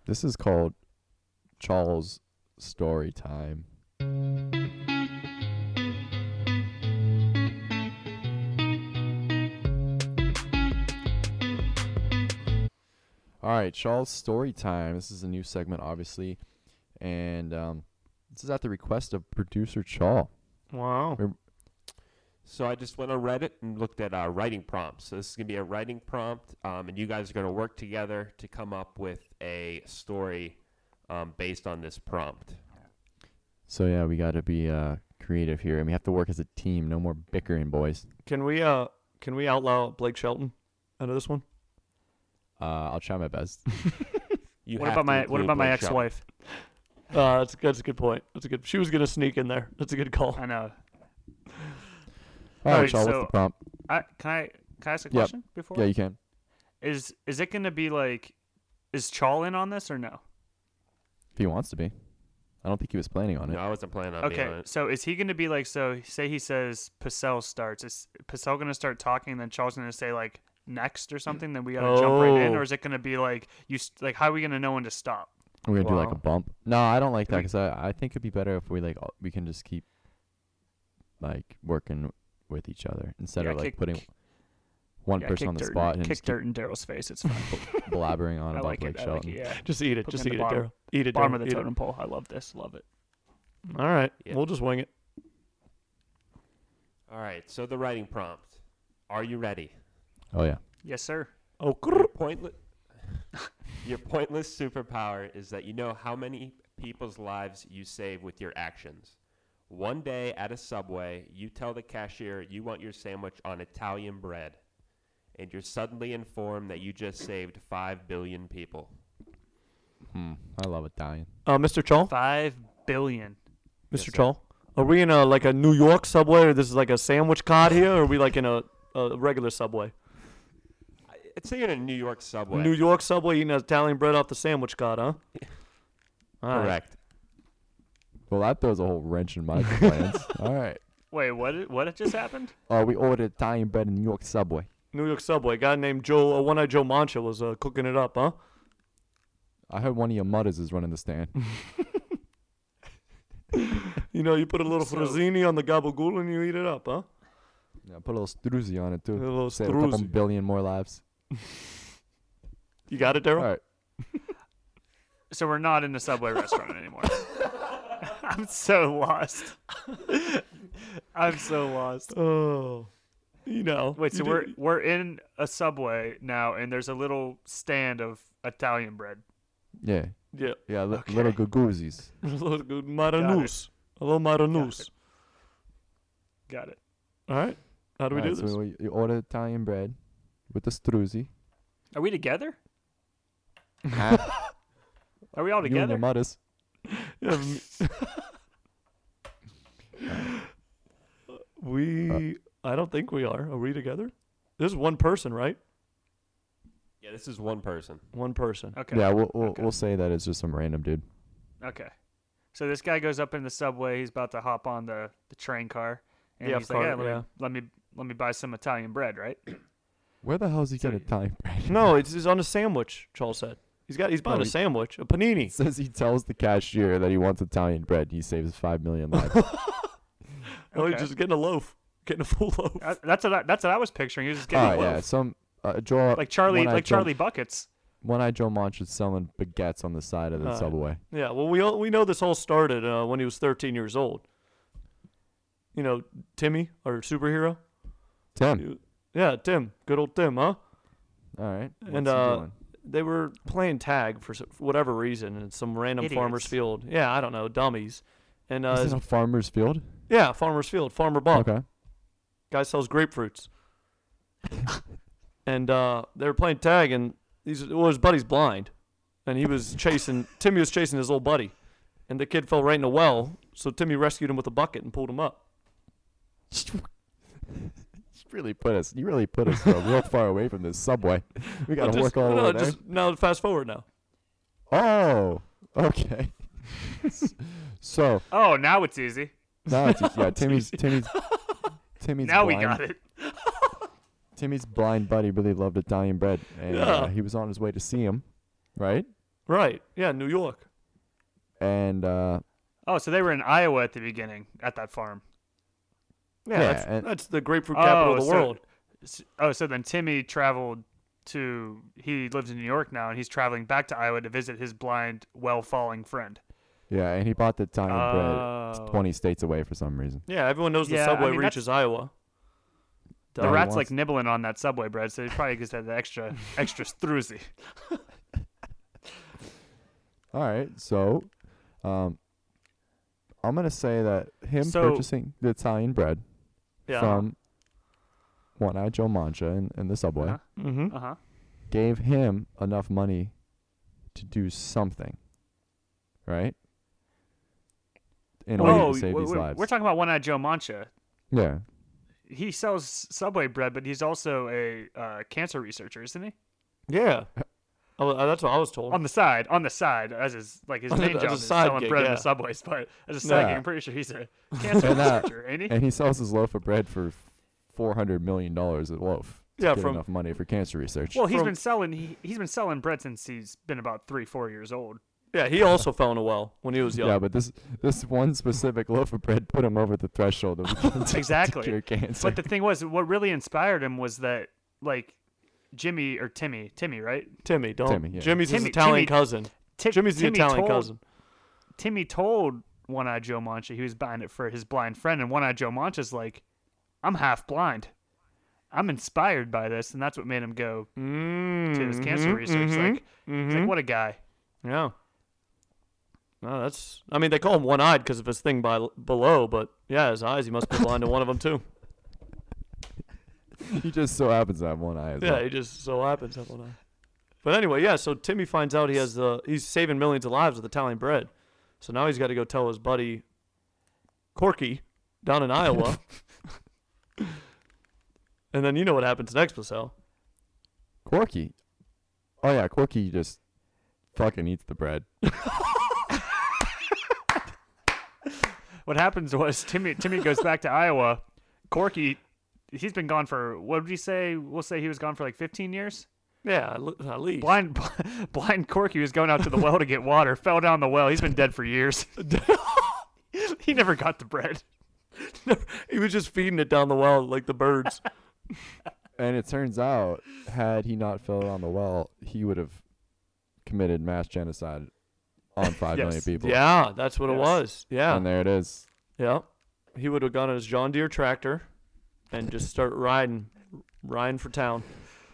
This is called Charles Story Time. All right, Charles Story Time. This is a new segment, obviously, and um, this is at the request of producer Chaw.
Wow.
So I just went on Reddit and looked at uh, writing prompts. So this is gonna be a writing prompt, um, and you guys are gonna work together to come up with a story um, based on this prompt.
So yeah, we got to be uh, creative here, and we have to work as a team. No more bickering, boys.
Can we uh can we outlaw Blake Shelton out of this one?
Uh, I'll try my best.
You
what
have
about
to
my What
include
about my
Blake Shelton.
ex-wife?
Uh, that's that's a good point. That's a good. She was gonna sneak in there. That's a good call.
I know.
All right,
Alright,
Chaw.
so-
what's the prompt?
I, can I can I ask a
Yeah.
question before?
Yeah, you can.
Is is it going to be like, is Chawl in on this or no?
If he wants to be. I don't think he was planning on it.
No, I wasn't planning on being on
Okay,
it.
so is he going to be like so? Say he says Pacell starts. Is Pacell going to start talking, and then Charles going to say like next or something? Then we got to jump right in,
Oh.
or is it going to be like you s- like how are we going to know when to stop?
We're gonna do like a
Wow.
bump. No, I don't like that
We-
because I, I think it'd be better if we like all- we can just keep like working with each other instead
Yeah,
of like
kick-
putting
kick-
one
yeah,
person
kick
on the
dirt in-
spot and
kick
just keep
dirt in Daryl's face. It's fine.
blabbering on
I
about
like
Blake
it. I like
Shelton.
it. Yeah,
Just eat it.
Put
Just
me
eat
in
it,
the
Daryl. Eat it.
bottom
Daryl,
of the
eat it.
totem pole. I love this. Love it.
All right,
Yeah.
we'll just wing it.
All right, so the writing prompt. Are you ready?
Oh yeah.
Yes, sir.
Oh,
Your pointless, your pointless superpower is that you know how many people's lives you save with your actions. One day at a subway, you tell the cashier you want your sandwich on Italian bread, and you're suddenly informed that you just saved 5 billion people.
Hmm. I love Italian.
uh, Mr. Chol,
Five billion.
Mr.
sir.
Chol, are we in a like a New York subway, or this is like a sandwich cod here, or are we like in a, a regular subway?
I- I'd say you're in a New York subway.
New York subway eating Italian bread off the sandwich cod, huh? All right.
Correct.
Well, that throws a whole wrench in my plans. All right.
Wait, what? i- What just happened?
Uh, we ordered Italian bread in New York Subway.
New York subway. A guy named Joe, uh, one eyed Joe Mancha, was uh, cooking it up, huh?
I heard one of your mothers is running the stand.
You know, you put a little
So-
frazzini on the gabagool and you eat it up, huh?
yeah, put a little struzzi on it
A
too.
little
Save a couple
struzzi.
billion more lives.
You got it,
All
Daryl?
right.
So we're not in a subway restaurant anymore. I'm so lost. I'm so lost.
Oh, you know.
Wait,
you
so
do-
we're we're in a subway now, and there's a little stand of Italian bread.
Yeah.
yeah,
Yeah. Li- Little
Okay.
guguzis.
a little good maranus, a little maranus.
Got it.
All right, how do we
Alright,
do this?
So we- you order Italian bread with the struzzi.
Are we together?
Ah.
Are we all
You and
together?
your mothers.
Yeah, m- we, I don't think we are. Are we together? There's one person, right?
Yeah, this is one person.
One person.
okay.
Yeah, we'll we'll,
Okay.
we'll say that it's just some random dude.
Okay. So this guy goes up in the subway. He's about to hop on the, the train car, and
Yeah,
he's like,
car,
"Yeah, let,
yeah.
Me, let me let me buy some Italian bread, right?"
Where the hell's he
So
getting
you-
Italian bread?
No, it's, it's on a sandwich. Charles said he's got. He's buying
No,
a
Uh. he-
sandwich, a panini.
It says he tells the cashier that he wants Italian bread. He saves five million lives.
Oh, he's
Okay.
just getting a loaf, getting a full loaf.
I, that's what I, that's what I was picturing. He was just
All
getting
right, Oh, yeah.
loaf.
Some uh, Joe,
like Charlie,
one-eyed
like
Joe-
Charlie buckets.
one-eyed Joe Monch is selling baguettes on the side of the
Alright.
subway.
Yeah, well, we all, we know this all started uh, when he was 13 years old. You know, Timmy, our superhero.
Tim.
You- Yeah, Tim, good old Tim, huh?
All right. What's
And,
he
uh,
doing?
They were playing tag for, s- for whatever reason in some random farmer's
Idiots.
field. Yeah, I don't know, dummies. And uh, Oh.
Is
his-
it a farmer's field?
yeah, farmer's field, farmer Bob.
Okay.
Guy sells grapefruits. and uh, they were playing tag, and he's, well, his buddy's blind, and he was chasing Timmy was chasing his little buddy, and the kid fell right in a well. So Timmy rescued him with a bucket and pulled him up.
you really put us. You really put us uh, real far away from this subway. We got
Well,
to work
just-
all
no,
over there.
just now fast forward now.
Oh, okay. so
Oh, now it's easy.
now it's yeah. Timmy's Timmy's Timmy's.
now
blind.
we got it.
Timmy's blind buddy really loved Italian bread, and uh,
Yeah.
he was on his way to see him, right?
Right. Yeah, New York.
And uh,
Oh, so they were in Iowa at the beginning at that farm.
Yeah,
Yeah,
that's,
and-
that's the grapefruit
Oh,
capital of the
so-
world.
S- Oh, so then Timmy traveled to he lives in New York now and he's traveling back to Iowa to visit his blind, well falling friend.
yeah, and he bought the Italian bread
Oh.
twenty states away for some reason.
Yeah, everyone knows
Yeah, I
the subway
mean, that's-
reaches Iowa.
The
Dog
rat's
wants-
like nibbling on that subway bread, so he probably gets that extra extra struzzi.
All right, so um, I'm gonna say that him
So-
purchasing the Italian bread
Yeah.
from One Eye Joe Mancha in, in the subway
Uh-huh.
mm-hmm.
Uh huh.
gave him enough money to do something, right? In order
Oh,
to save
we-
these
we-
lives.
we're talking about One Eyed Joe Mancha.
yeah.
He sells Subway bread, but he's also a uh, cancer researcher, isn't he?
Yeah. Oh, uh, that's what I was told.
Um,
on the side, on the side, as his like his
On the-
main
as
job
a
is
side
selling
gig,
bread in
yeah.
the subways, but as a side
Yeah.
gig, I'm pretty sure he's a cancer
And, uh,
researcher, ain't he?
and he sells his loaf of bread for four hundred million dollars a loaf. to
Yeah,
get
from-
enough money for cancer research.
Well, he's
from-
been selling he, he's been selling bread since he's been about three four years old.
yeah, he also fell in a well when he was young.
yeah, but this this one specific loaf of bread put him over the threshold of to-
Exactly.
to cure cancer.
But the thing was, what really inspired him was that like Jimmy or Timmy, Timmy, right?
Timmy, don't.
Timmy, yeah.
Jimmy's his
Timmy-
Italian
Timmy-
cousin.
Ti-
Jimmy's the
Timmy
Italian
told-
cousin.
Timmy told One Eye Joe Mancha he was buying it for his blind friend, and One Eye Joe Mancha's like, I'm half blind. I'm inspired by this, and that's what made him go
Mm,
to his cancer research. Like, he's like, what a guy.
Mm-hmm. yeah. No, that's. I mean, they call him one-eyed because of his thing by below, but yeah, his eyes. He must be blind to one of them too.
he just so happens to have one eye. As
Yeah,
well.
he just so happens. I don't know. But anyway, yeah. So Timmy finds out he has the he's saving millions of lives with Italian bread. So now he's got to go tell his buddy Corky down in Iowa. and then you know what happens next, Basel.
Corky. Oh yeah, Corky just fucking eats the bread.
What happens was Timmy Timmy goes back to Iowa. Corky, he's been gone for what did he say? We'll say he was gone for like 15 years.
Yeah, at le-
uh,
at least.
Blind blind Corky was going out to the well to get water, fell down the well. He's been dead for years. he never got the bread.
he was just feeding it down the well like the birds.
And it turns out, had he not fell on the well, he would have committed mass genocide on five million
Yes.
people.
yeah, that's what it
Yes.
was. Yeah,
And there it is.
yeah. He would have gone on his John Deere tractor and just start riding, riding for town.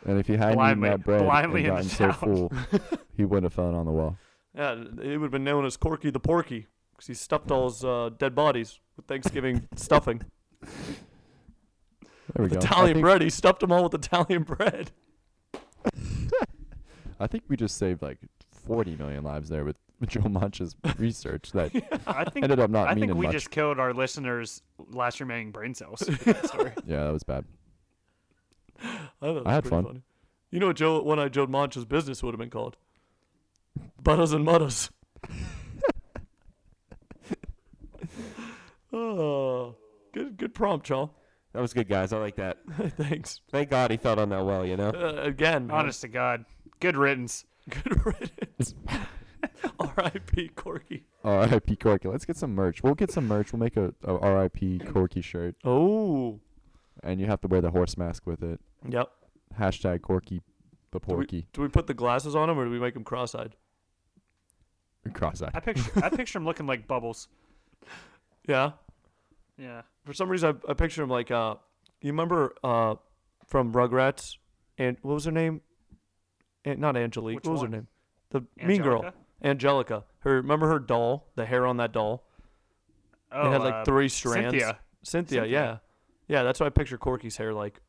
And if he hadn't
Blindly-
eaten that bread
blindly
and
in the
gotten so
town.
full, he wouldn't have fallen on the well.
Yeah, it would have been known as Corky the Porky because he stuffed all his uh, dead bodies with Thanksgiving stuffing.
There we go. I
Italian
think,
bread. He stuffed them all with Italian bread.
I think we just saved like 40 million lives there with with Joe Munch's research that
I think
ended up not
I
meaning
think we
much.
just killed our listeners' last remaining brain cells. with that story.
Yeah, that was bad.
I, thought that
I
was
had
pretty
fun.
Funny. You know what Joe, one eyed Joe Mancha's business would have been called? Butters and Mutters. oh, good, good prompt, y'all.
That was good, guys. I like that.
Thanks.
Thank God he fell on that well, you know?
Uh, again, man.
Honest to God, good riddance.
Good riddance. R.I.P. Corky.
R.I.P. Corky. Let's get some merch. We'll get some merch. We'll make a, a R.I.P. Corky shirt,
Oh.
and you have to wear the horse mask with it.
Yep.
Hashtag Corky the
Do we-
Porky.
Do we put the glasses on him or do we make him cross-eyed?
Cross-eyed.
I picture I picture him looking like bubbles.
Yeah.
Yeah.
For some reason, I, I picture him like uh, you remember uh, from Rugrats, and what was her name? An- not Angelique.
Which
what was
one?
her name? The mean girl,
Angelica?
Angelica. Her remember her doll, the hair on that doll.
Oh,
it had
uh,
like three strands.
Cynthia.
Cynthia,
Cynthia.
yeah, yeah. That's why I picture Corky's hair like,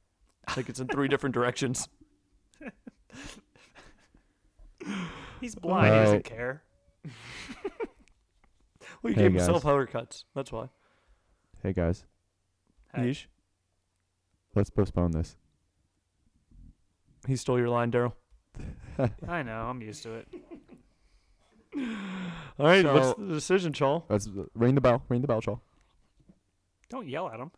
like it's in three different directions.
He's blind. He doesn't
Alright.
care.
Well, he
Hey,
gave himself
guys.
haircuts. That's why.
Hey guys,
Hey.
Yeesh.
let's postpone this.
He stole your line, Daryl.
I know. I'm used to it.
All right,
So-
what's the decision, Chol?
Let's ring the bell. Ring the bell, Shaw.
Don't yell at him.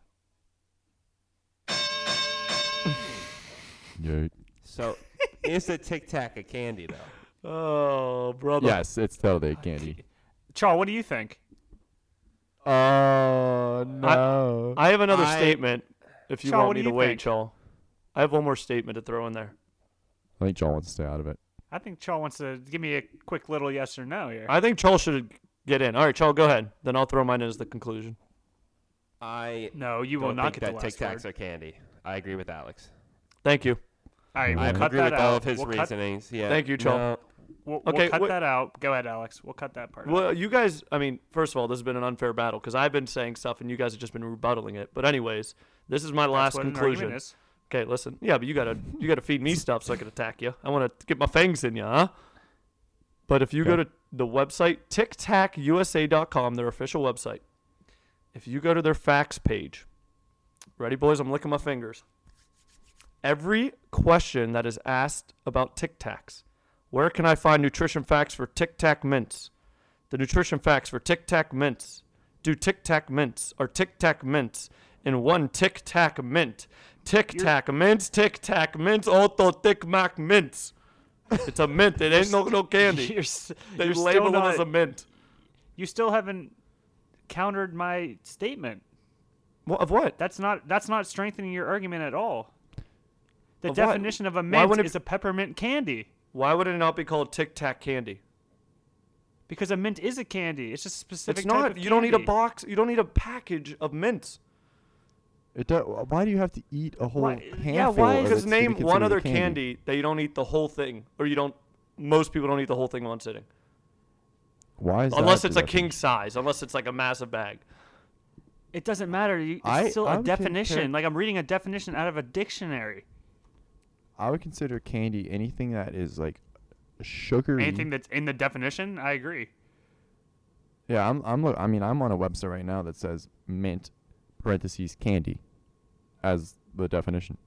Yeah.
So, it's a tic tac of candy, though.
Oh, brother.
Yes, it's totally candy.
Chaw, what do you think?
Oh no!
I have another
I-
statement. If you
Shaw,
want
what
me
do
to
you
wait,
think?
Chol, I have one more statement to throw in there.
I think Joel wants to stay out of it.
I think Chaw wants to give me a quick little yes or no here.
I think Chol should get in. All right, Chol, go ahead. Then I'll throw mine in as the conclusion.
I
no, you will
don't
not
think
get the
that tic
last
tacs
word.
are candy. I agree with Alex.
Thank you.
All right, we'll
I
cut
agree
that out.
with all of his
we'll cut,
reasonings. Yeah.
Thank you, Chol.
No,
we'll, we'll
Okay,
cut
wha-
that out. Go ahead, Alex. We'll cut that part. out.
Well, you guys, I mean, first of all, this has been an unfair battle because I've been saying stuff and you guys have just been rebuttaling it. But anyways, this is my
That's
last
what an
conclusion.
argument is.
Okay, listen. Yeah, but you gotta you gotta feed me stuff so I can attack you. I want to get my fangs in you, huh? But if you go
Okay.
to the website tictacusa.com, their official website, if you go to their facts page, ready boys, I'm licking my fingers. Every question that is asked about Tic Tacs Where can I find nutrition facts for Tic Tac mints? The nutrition facts for Tic Tac mints. Do Tic Tac mints are Tic Tac mints in one Tic Tac mint? Tic
You're-
Tac mints, Tic Tac mints, auto Tic Mac mints. It's a mint. It ain't no no candy.
You're, s-
They
you're still
label it
not-
as a mint.
You still haven't countered my statement.
What, of what?
That's not that's not strengthening your argument at all. The
Of what?
definition of a
Why
mint
wouldn't it-
is a peppermint candy
Why would it not be called Tic Tac candy?
because a mint is a candy. It's just a specific.
It's
type
not.
of
You don't need a
candy.
box. You don't need a package of mints.
It do, why do you have to eat a whole
Why-
handful?
yeah, why?
of it
Because
to be
name one
considered
other
candy?
candy. that you don't eat the whole thing, or you don't. Most people don't eat the whole thing in one sitting,
Why is that
unless
the
it's a
definition?
king size, unless it's like a massive bag.
It doesn't matter. You, it's
I-
still
I
a
would consider-
definition. like I'm reading a definition out of a dictionary.
I would consider candy anything that is like
Hmm.
sugary.
Anything that's in the definition, I agree.
yeah, I'm. I'm. Look, I mean, I'm on a website right now that says mint parentheses candy as the definition.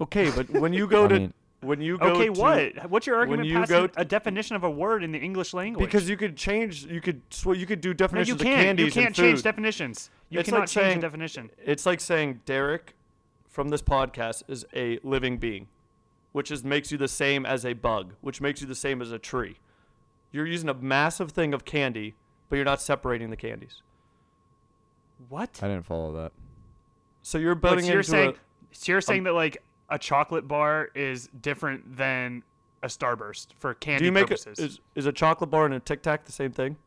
Okay, but when you go
I
to
mean-
when you go
Okay,
to,
what? What's your argument
you
past
go
an-
t-
a definition of a word in the English language?
Because you could change, you could sw- you could
no,
do
you
definitions of
can't. You
candies
can't
and
change
food.
definitions. You
It's like
cannot change
saying-
a definition.
it's like saying Derek from this podcast is a living being, which is makes you the same as a bug, which makes you the same as a tree. You're using a massive thing of candy, but you're not separating the candies.
What?
I didn't follow that.
So you're
But
building
so you're
into
saying
a,
so you're saying that like a chocolate bar is different than a starburst for candy
do you make a,
purposes.
is, is a chocolate bar and a Tic Tac the same thing?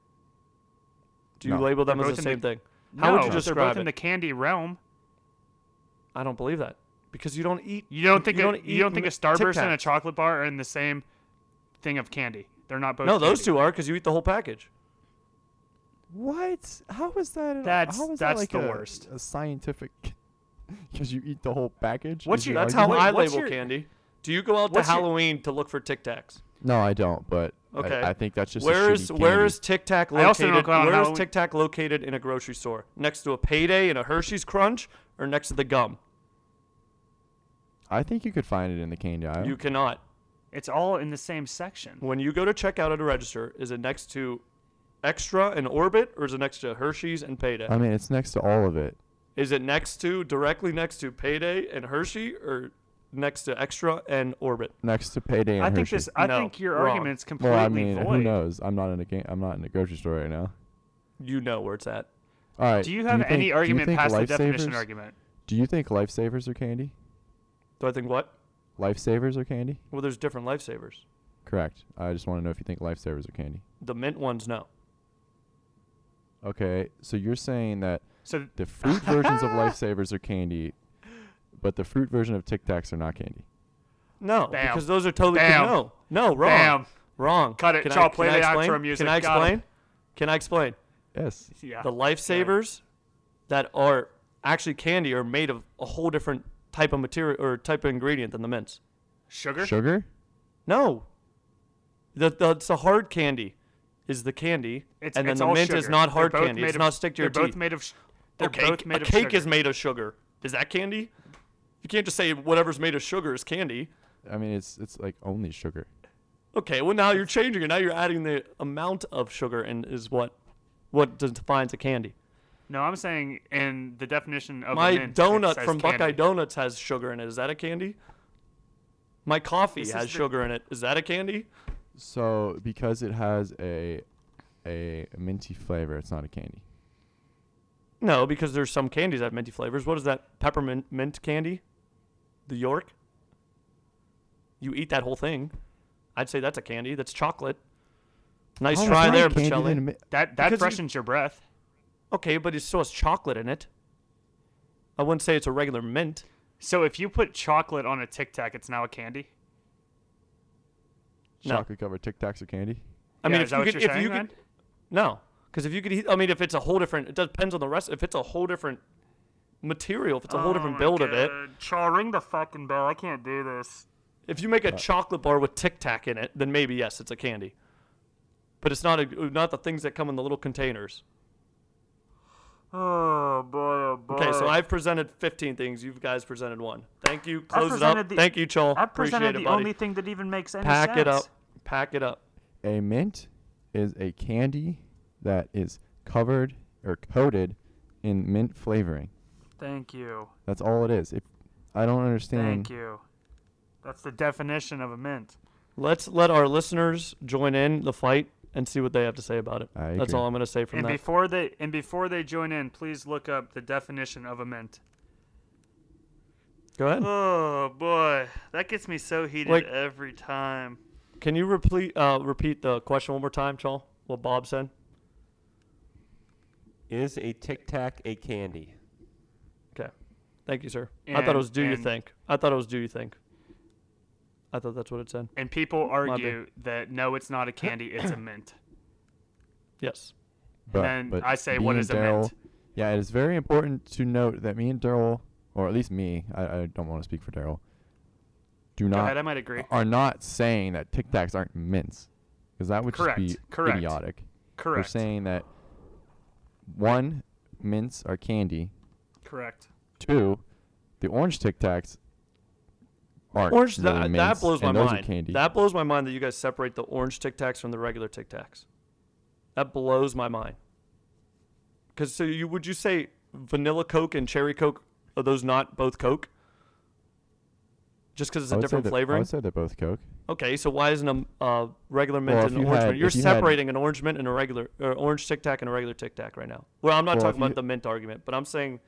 Do you
No.
label them
They're
as the
both in
same
the-
thing? How would
No, they're
you
both
describe
in the
it?
candy realm.
I don't believe that because you don't eat.
You don't think a, you
eat
don't think a
m-
starburst and a
Tic Tacs.
chocolate bar are in the same thing of candy. They're not both.
No, those
candy.
two are because you eat the whole package.
What? How is that?
That's-
how is
that's
that like
the
a,
worst.
A scientific. Because you eat the whole package.
What's
is
your-
your
That's how
argument?
Wait,
I
what's
label
your-
candy. Do you go out to
what's your-
Halloween to look for Tic Tacs?
No, I don't. But I-
Okay.
I, think that's just
Where
a
is
shitty
where
candy.
is Tic Tac
I also don't
located?
go out on
Where is
Halloween.
Tic Tac located in a grocery store? Next to a payday and a Hershey's Crunch, or next to the gum?
I think you could find it in the candy aisle.
You cannot.
It's all in the same section.
When you go to check out at a register, is it next to Extra and Orbit, or is it next to Hershey's and Payday?
I mean, it's next to all of it.
Is it next to directly next to Payday and Hershey, or next to Extra and Orbit?
Next to payday. And
I think
Hershey.
this. I
No,
think your
wrong.
argument's completely
Well, I mean,
void.
who knows? I'm not in a game. I'm not in a grocery store right now.
You know where it's at.
All right.
Do you have any
think- do you
argument
think
past the definition
lifesavers-
argument?
Do you think lifesavers are candy?
Do I think what?
Lifesavers are candy.
Well, there's different lifesavers.
Correct. I just want to know if you think lifesavers are candy.
The mint ones, no.
Okay, so you're saying that
So
the fruit versions of lifesavers are candy, but the fruit version of Tic Tacs are not candy.
No,
Bam.
because those are totally
Bam.
no, no, wrong,
Bam.
wrong.
Cut it.
Can I-
Ciao,
can
play
I
the outro
explain?
music.
Can I
Got 'em.
explain? Can I explain?
Yes.
yeah.
The lifesavers that are actually candy are made of a whole different type of material or type of ingredient than the mints.
sugar.
Sugar?
No, the the, it's the hard candy is the candy,
It's,
and then
it's
the
all
mint
sugar.
is not
They're
hard
both
candy.
made
It's
of-
not stick to your
they're both
teeth.
made of. sh- They're
okay,
both made
a
of
cake
sugar.
is made of sugar. Is that candy? You can't just say whatever's made of sugar is candy.
I mean, it's it's like only sugar.
Okay, well now you're changing it. Now you're adding the amount of sugar and is what what defines a candy.
No, I'm saying in the definition of a
My
mint, it
donut
says
from Buckeye
candy.
Donuts has sugar in it. Is that a candy? My coffee
This is
has
the-
sugar in it. Is that a candy?
So because it has a a minty flavor, it's not a candy.
No, because there's some candies that have minty flavors. What is that? Peppermint mint candy? The York? You eat that whole thing. I'd say that's a candy. That's chocolate. Nice
How is
try
that
there,
a Oh, candy
Bocelli.
then mi-
That that
Because you-
freshens your breath.
okay, but it still has chocolate in it. I wouldn't say it's a regular mint.
So if you put chocolate on a Tic Tac, it's now a candy.
No.
Chocolate covered Tic Tacs are candy.
I
Yeah,
mean,
is
if
that
you
what
could,
you're
if
saying,
you
then?
could, no, because if you could, eat, I mean, if it's a whole different, it depends on the rest. If it's a whole different material, if it's a whole different build of it,
Chaw, ring Oh, the fucking bell. I can't do this.
if you make a chocolate bar with Tic Tac in it, then maybe yes, it's a candy. But it's not a, not the things that come in the little containers.
Oh boy, oh boy.
Okay, so I've presented 15 things. You guys presented one. Thank you. Close it
presented
up.
the-
Thank you, Chol.
I
Appreciate
presented
it,
the
buddy.
only thing that even makes any
Pack
sense.
it up. Pack it up.
A mint is a candy that is covered or coated in mint flavoring.
Thank you.
That's all it is. If I don't understand,
Thank you. That's the definition of a mint.
Let's let our listeners join in the fight and see what they have to say about it.
I
That's
agree.
all I'm going to say from
and
that.
before they and before they join in, please look up the definition of a mint.
Go ahead.
Oh boy, that gets me so heated
Like-
every time.
Can you repeat uh, repeat the question one more time, Chol? What Bob said.
Is a Tic Tac a candy?
Okay. Thank you, sir. I thought it was
And-
do you
and-
think? I thought it was do you think? I thought that's what it said.
And people
bad.
argue that no, it's not a candy, it's a mint.
Yes.
but,
then
but
I say,
me
what
and
is a
Daryl-
mint?
Yeah, it is very important to note that me and Daryl, or at least me, I, I don't want to speak for Daryl, do
Go
not
ahead, I might agree.
are not saying that Tic Tacs aren't mints, because that would
Correct,
just be
correct,
idiotic. We're
Correct.
saying that one, mints are candy.
Correct.
Two, the orange Tic Tacs aren't
Orange
really
that, that
mints,
blows my
and those
mind.
Are candy.
That blows my mind that you guys separate the orange Tic Tacs from the regular Tic Tacs. That blows my mind. Cuz so you would you say vanilla Coke and cherry Coke are those not both Coke? Just cuz it's
I
a
would say
different
that- I
flavoring?
would say they're both Coke.
Okay, so why isn't a m- uh, regular mint
Well, if
and an
you
orange
had-
mint? You're
if you had-
separating an orange mint and a regular or orange tic tac and a regular tic tac right now. Well, I'm not
Well,
talking
if you-
about the mint argument, but I'm saying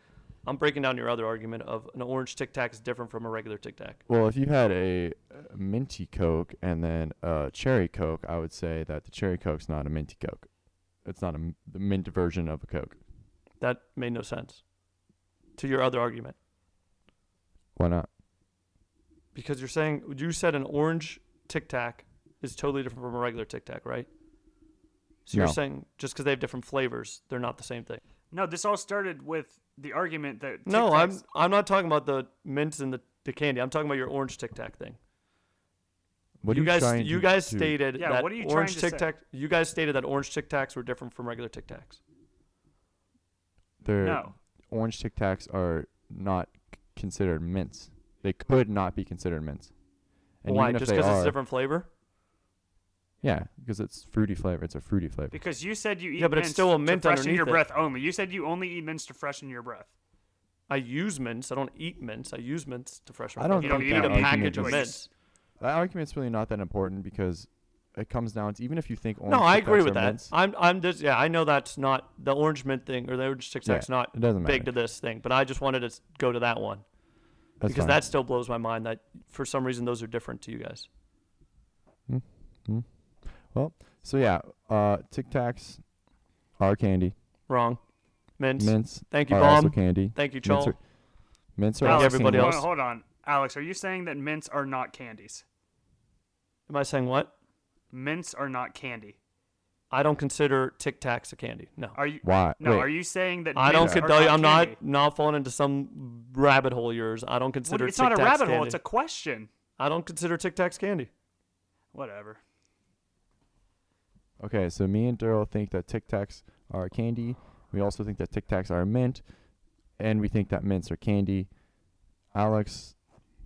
I'm breaking down your other argument of an orange tic tac is different from a regular tic tac.
Well, if you had a uh, minty Coke and then a cherry Coke, I would say that the cherry Coke's not a minty Coke. It's not a m- the mint version of a Coke.
That made no sense to your other argument
Why not?
because you're saying you said an orange tic tac is totally different from a regular tic tac, right? So
No.
you're saying just because they have different flavors, they're not the same thing.
No, this all started with the argument that
No,
Tic
I'm
Tacs-
I'm not talking about the mints and the, the candy. I'm talking about your orange tic tac thing.
What are
you,
you
guys,
trying
you
to
guys
do?
stated
Yeah,
that
what are you trying
orange
to
Tic
say?
Tac. You guys stated that orange Tic Tacs were different from regular Tic Tacs.
They're-
no.
orange Tic Tacs are not c- considered mints. They could not be considered mints. And
Why?
even if
Just
they
because it's
are-
different flavor?
Yeah, because it's fruity flavor. It's a fruity flavor.
Because you said you eat
Yeah, but it's
mints
still a
to
mint
freshen your
underneath it.
breath only. You said you only eat mints to freshen your breath.
I use mints. I don't eat mints. I use mints to freshen.
I
my
don't
breath.
think
you don't
that
eat a
argument
package of
is-
mints.
That argument's really not that important because it comes down to even if you think orange
No, I
Tic
agree
Tacs
with
are
that.
mints,
I'm, I'm just, yeah, I know that's not the orange mint thing or the orange Tic
Yeah,
Tac's not
it doesn't
big
matter.
to this thing, but I just wanted to s- go to that one
that's
because
fine.
that still blows my mind that for some reason those are different to you guys.
so yeah, uh, Tic Tacs are candy.
Wrong. Mints.
Mints
Thank you,
are also
Bomb.
candy.
Thank you,
Mints
Chol.
are- Mints are
Thank
also
Alex,
everybody
hold
candy.
on-
else.
Hold on, Alex. Are you saying that mints are not candies?
Am I saying what?
Mints are not candy.
I don't consider Tic Tacs a candy. No.
Are you?
Why?
No.
Wait.
Are you saying that?
I don't
mints are
condone. I'm
candy?
not not falling into some rabbit hole of yours. I don't
What-
consider
it's not a
Tic Tacs
rabbit
candy.
hole. It's a question.
I don't consider Tic Tacs candy.
Whatever.
Okay, so me and Daryl think that Tic Tacs are candy. We also think that Tic Tacs are mint, and we think that mints are candy. Alex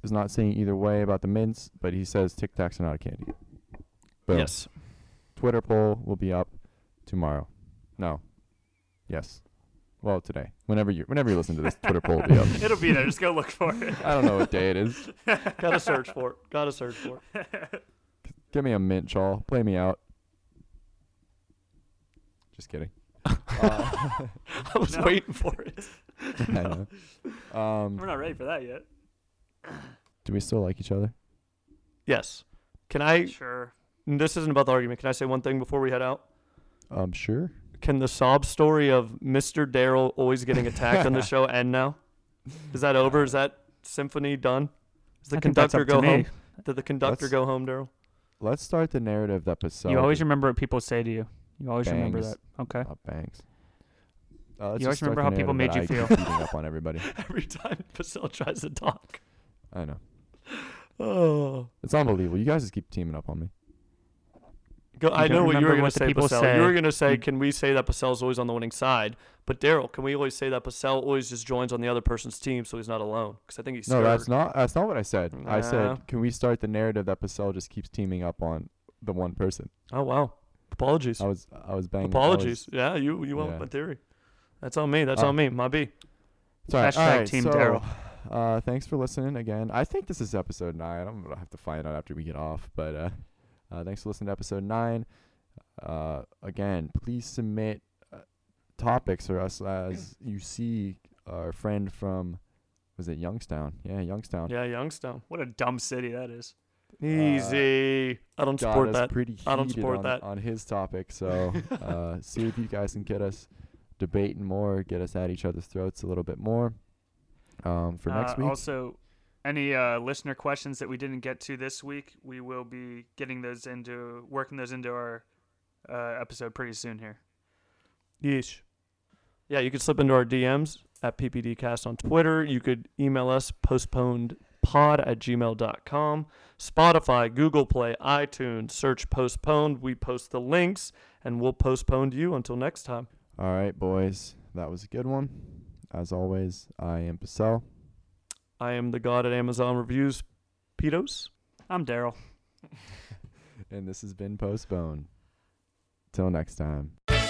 is not saying either way about the mints, but he says Tic Tacs are not a candy. Boom.
Yes.
Twitter poll will be up tomorrow. No. Yes. Well, today. Whenever you whenever you listen to this, Twitter poll will be up.
It'll be there. Just go look for it.
I don't know what day it is.
Gotta search for it. Gotta search for it.
Give me a mint, Shaw. Play me out. Just kidding. Uh,
I was
No.
waiting for it.
I know. Um,
We're not ready for that yet.
Do we still like each other?
Yes. Can I?
Sure.
This isn't about the argument. Can I say one thing before we head out?
Um, sure.
Can the sob story of Mr. Daryl always getting attacked on the show end now? Is that over? Is that symphony done? Does the
I think that's
conductor
up to
go
me.
home? Did the conductor
Let's-
go home, Daryl?
Let's start the narrative that Poseidon.
You always remember what people say to you. You always remember
Bangs.
that. Okay.
Not Banks. Uh, let's
You always
just start
remember
the
how people
narrative
made
that
you
I keep beating up on everybody.
Every time Pacell tries to talk.
I know.
Oh.
It's unbelievable. You guys just keep teaming up on me.
Go, I
don't
know what you were
remember
going to
what the
say,
people
Pacell.
say.
You were going to say,
You-
can we say that Pacell's always on the winning side? But Daryl, can we always say that Pacell always just joins on the other person's team so he's not alone? Because I think he's
No,
scared.
that's not. That's not what I said. I
No.
said, can we start the narrative that Pacell just keeps teaming up on the one person.
Oh wow. Apologies.
I was I was banging. I was-
Apologies. yeah, you you went
yeah.
with my theory. That's on me.
Ah.
That's
Uh,
on me. My B.
Sorry.
Hashtag
All right,
Team
so,
Daryl.
Uh, thanks for listening again. I think this is episode nine. I'm gonna have to find out after we get off, but uh, uh, thanks for listening to episode nine. Uh, again, please submit uh, topics for us as you see our friend from was it Youngstown? Yeah, Youngstown.
Yeah, Youngstown.
What a dumb city that is.
Easy. I don't
got
support
us
that.
pretty heated
I don't support
on,
that.
on his topic. So uh, see if you guys can get us debating more, get us at each other's throats a little bit more. Um, for next
Uh,
week,
Also, any uh, listener questions that we didn't get to this week, we will be getting those into working those into our uh, episode pretty soon here.
Yeesh. Yeah, you could slip into our DMs at PPDcast on Twitter. You could email us postponedpod at gmail.com. Spotify, Google Play, iTunes, search postponed. We post the links and we'll postpone you until next time.
all right, boys, that was a good one. As always, I am Pacell.
I am the god at Amazon Reviews, Pedos.
I'm Daryl.
and this has been Postponed. Till next time.
Bye.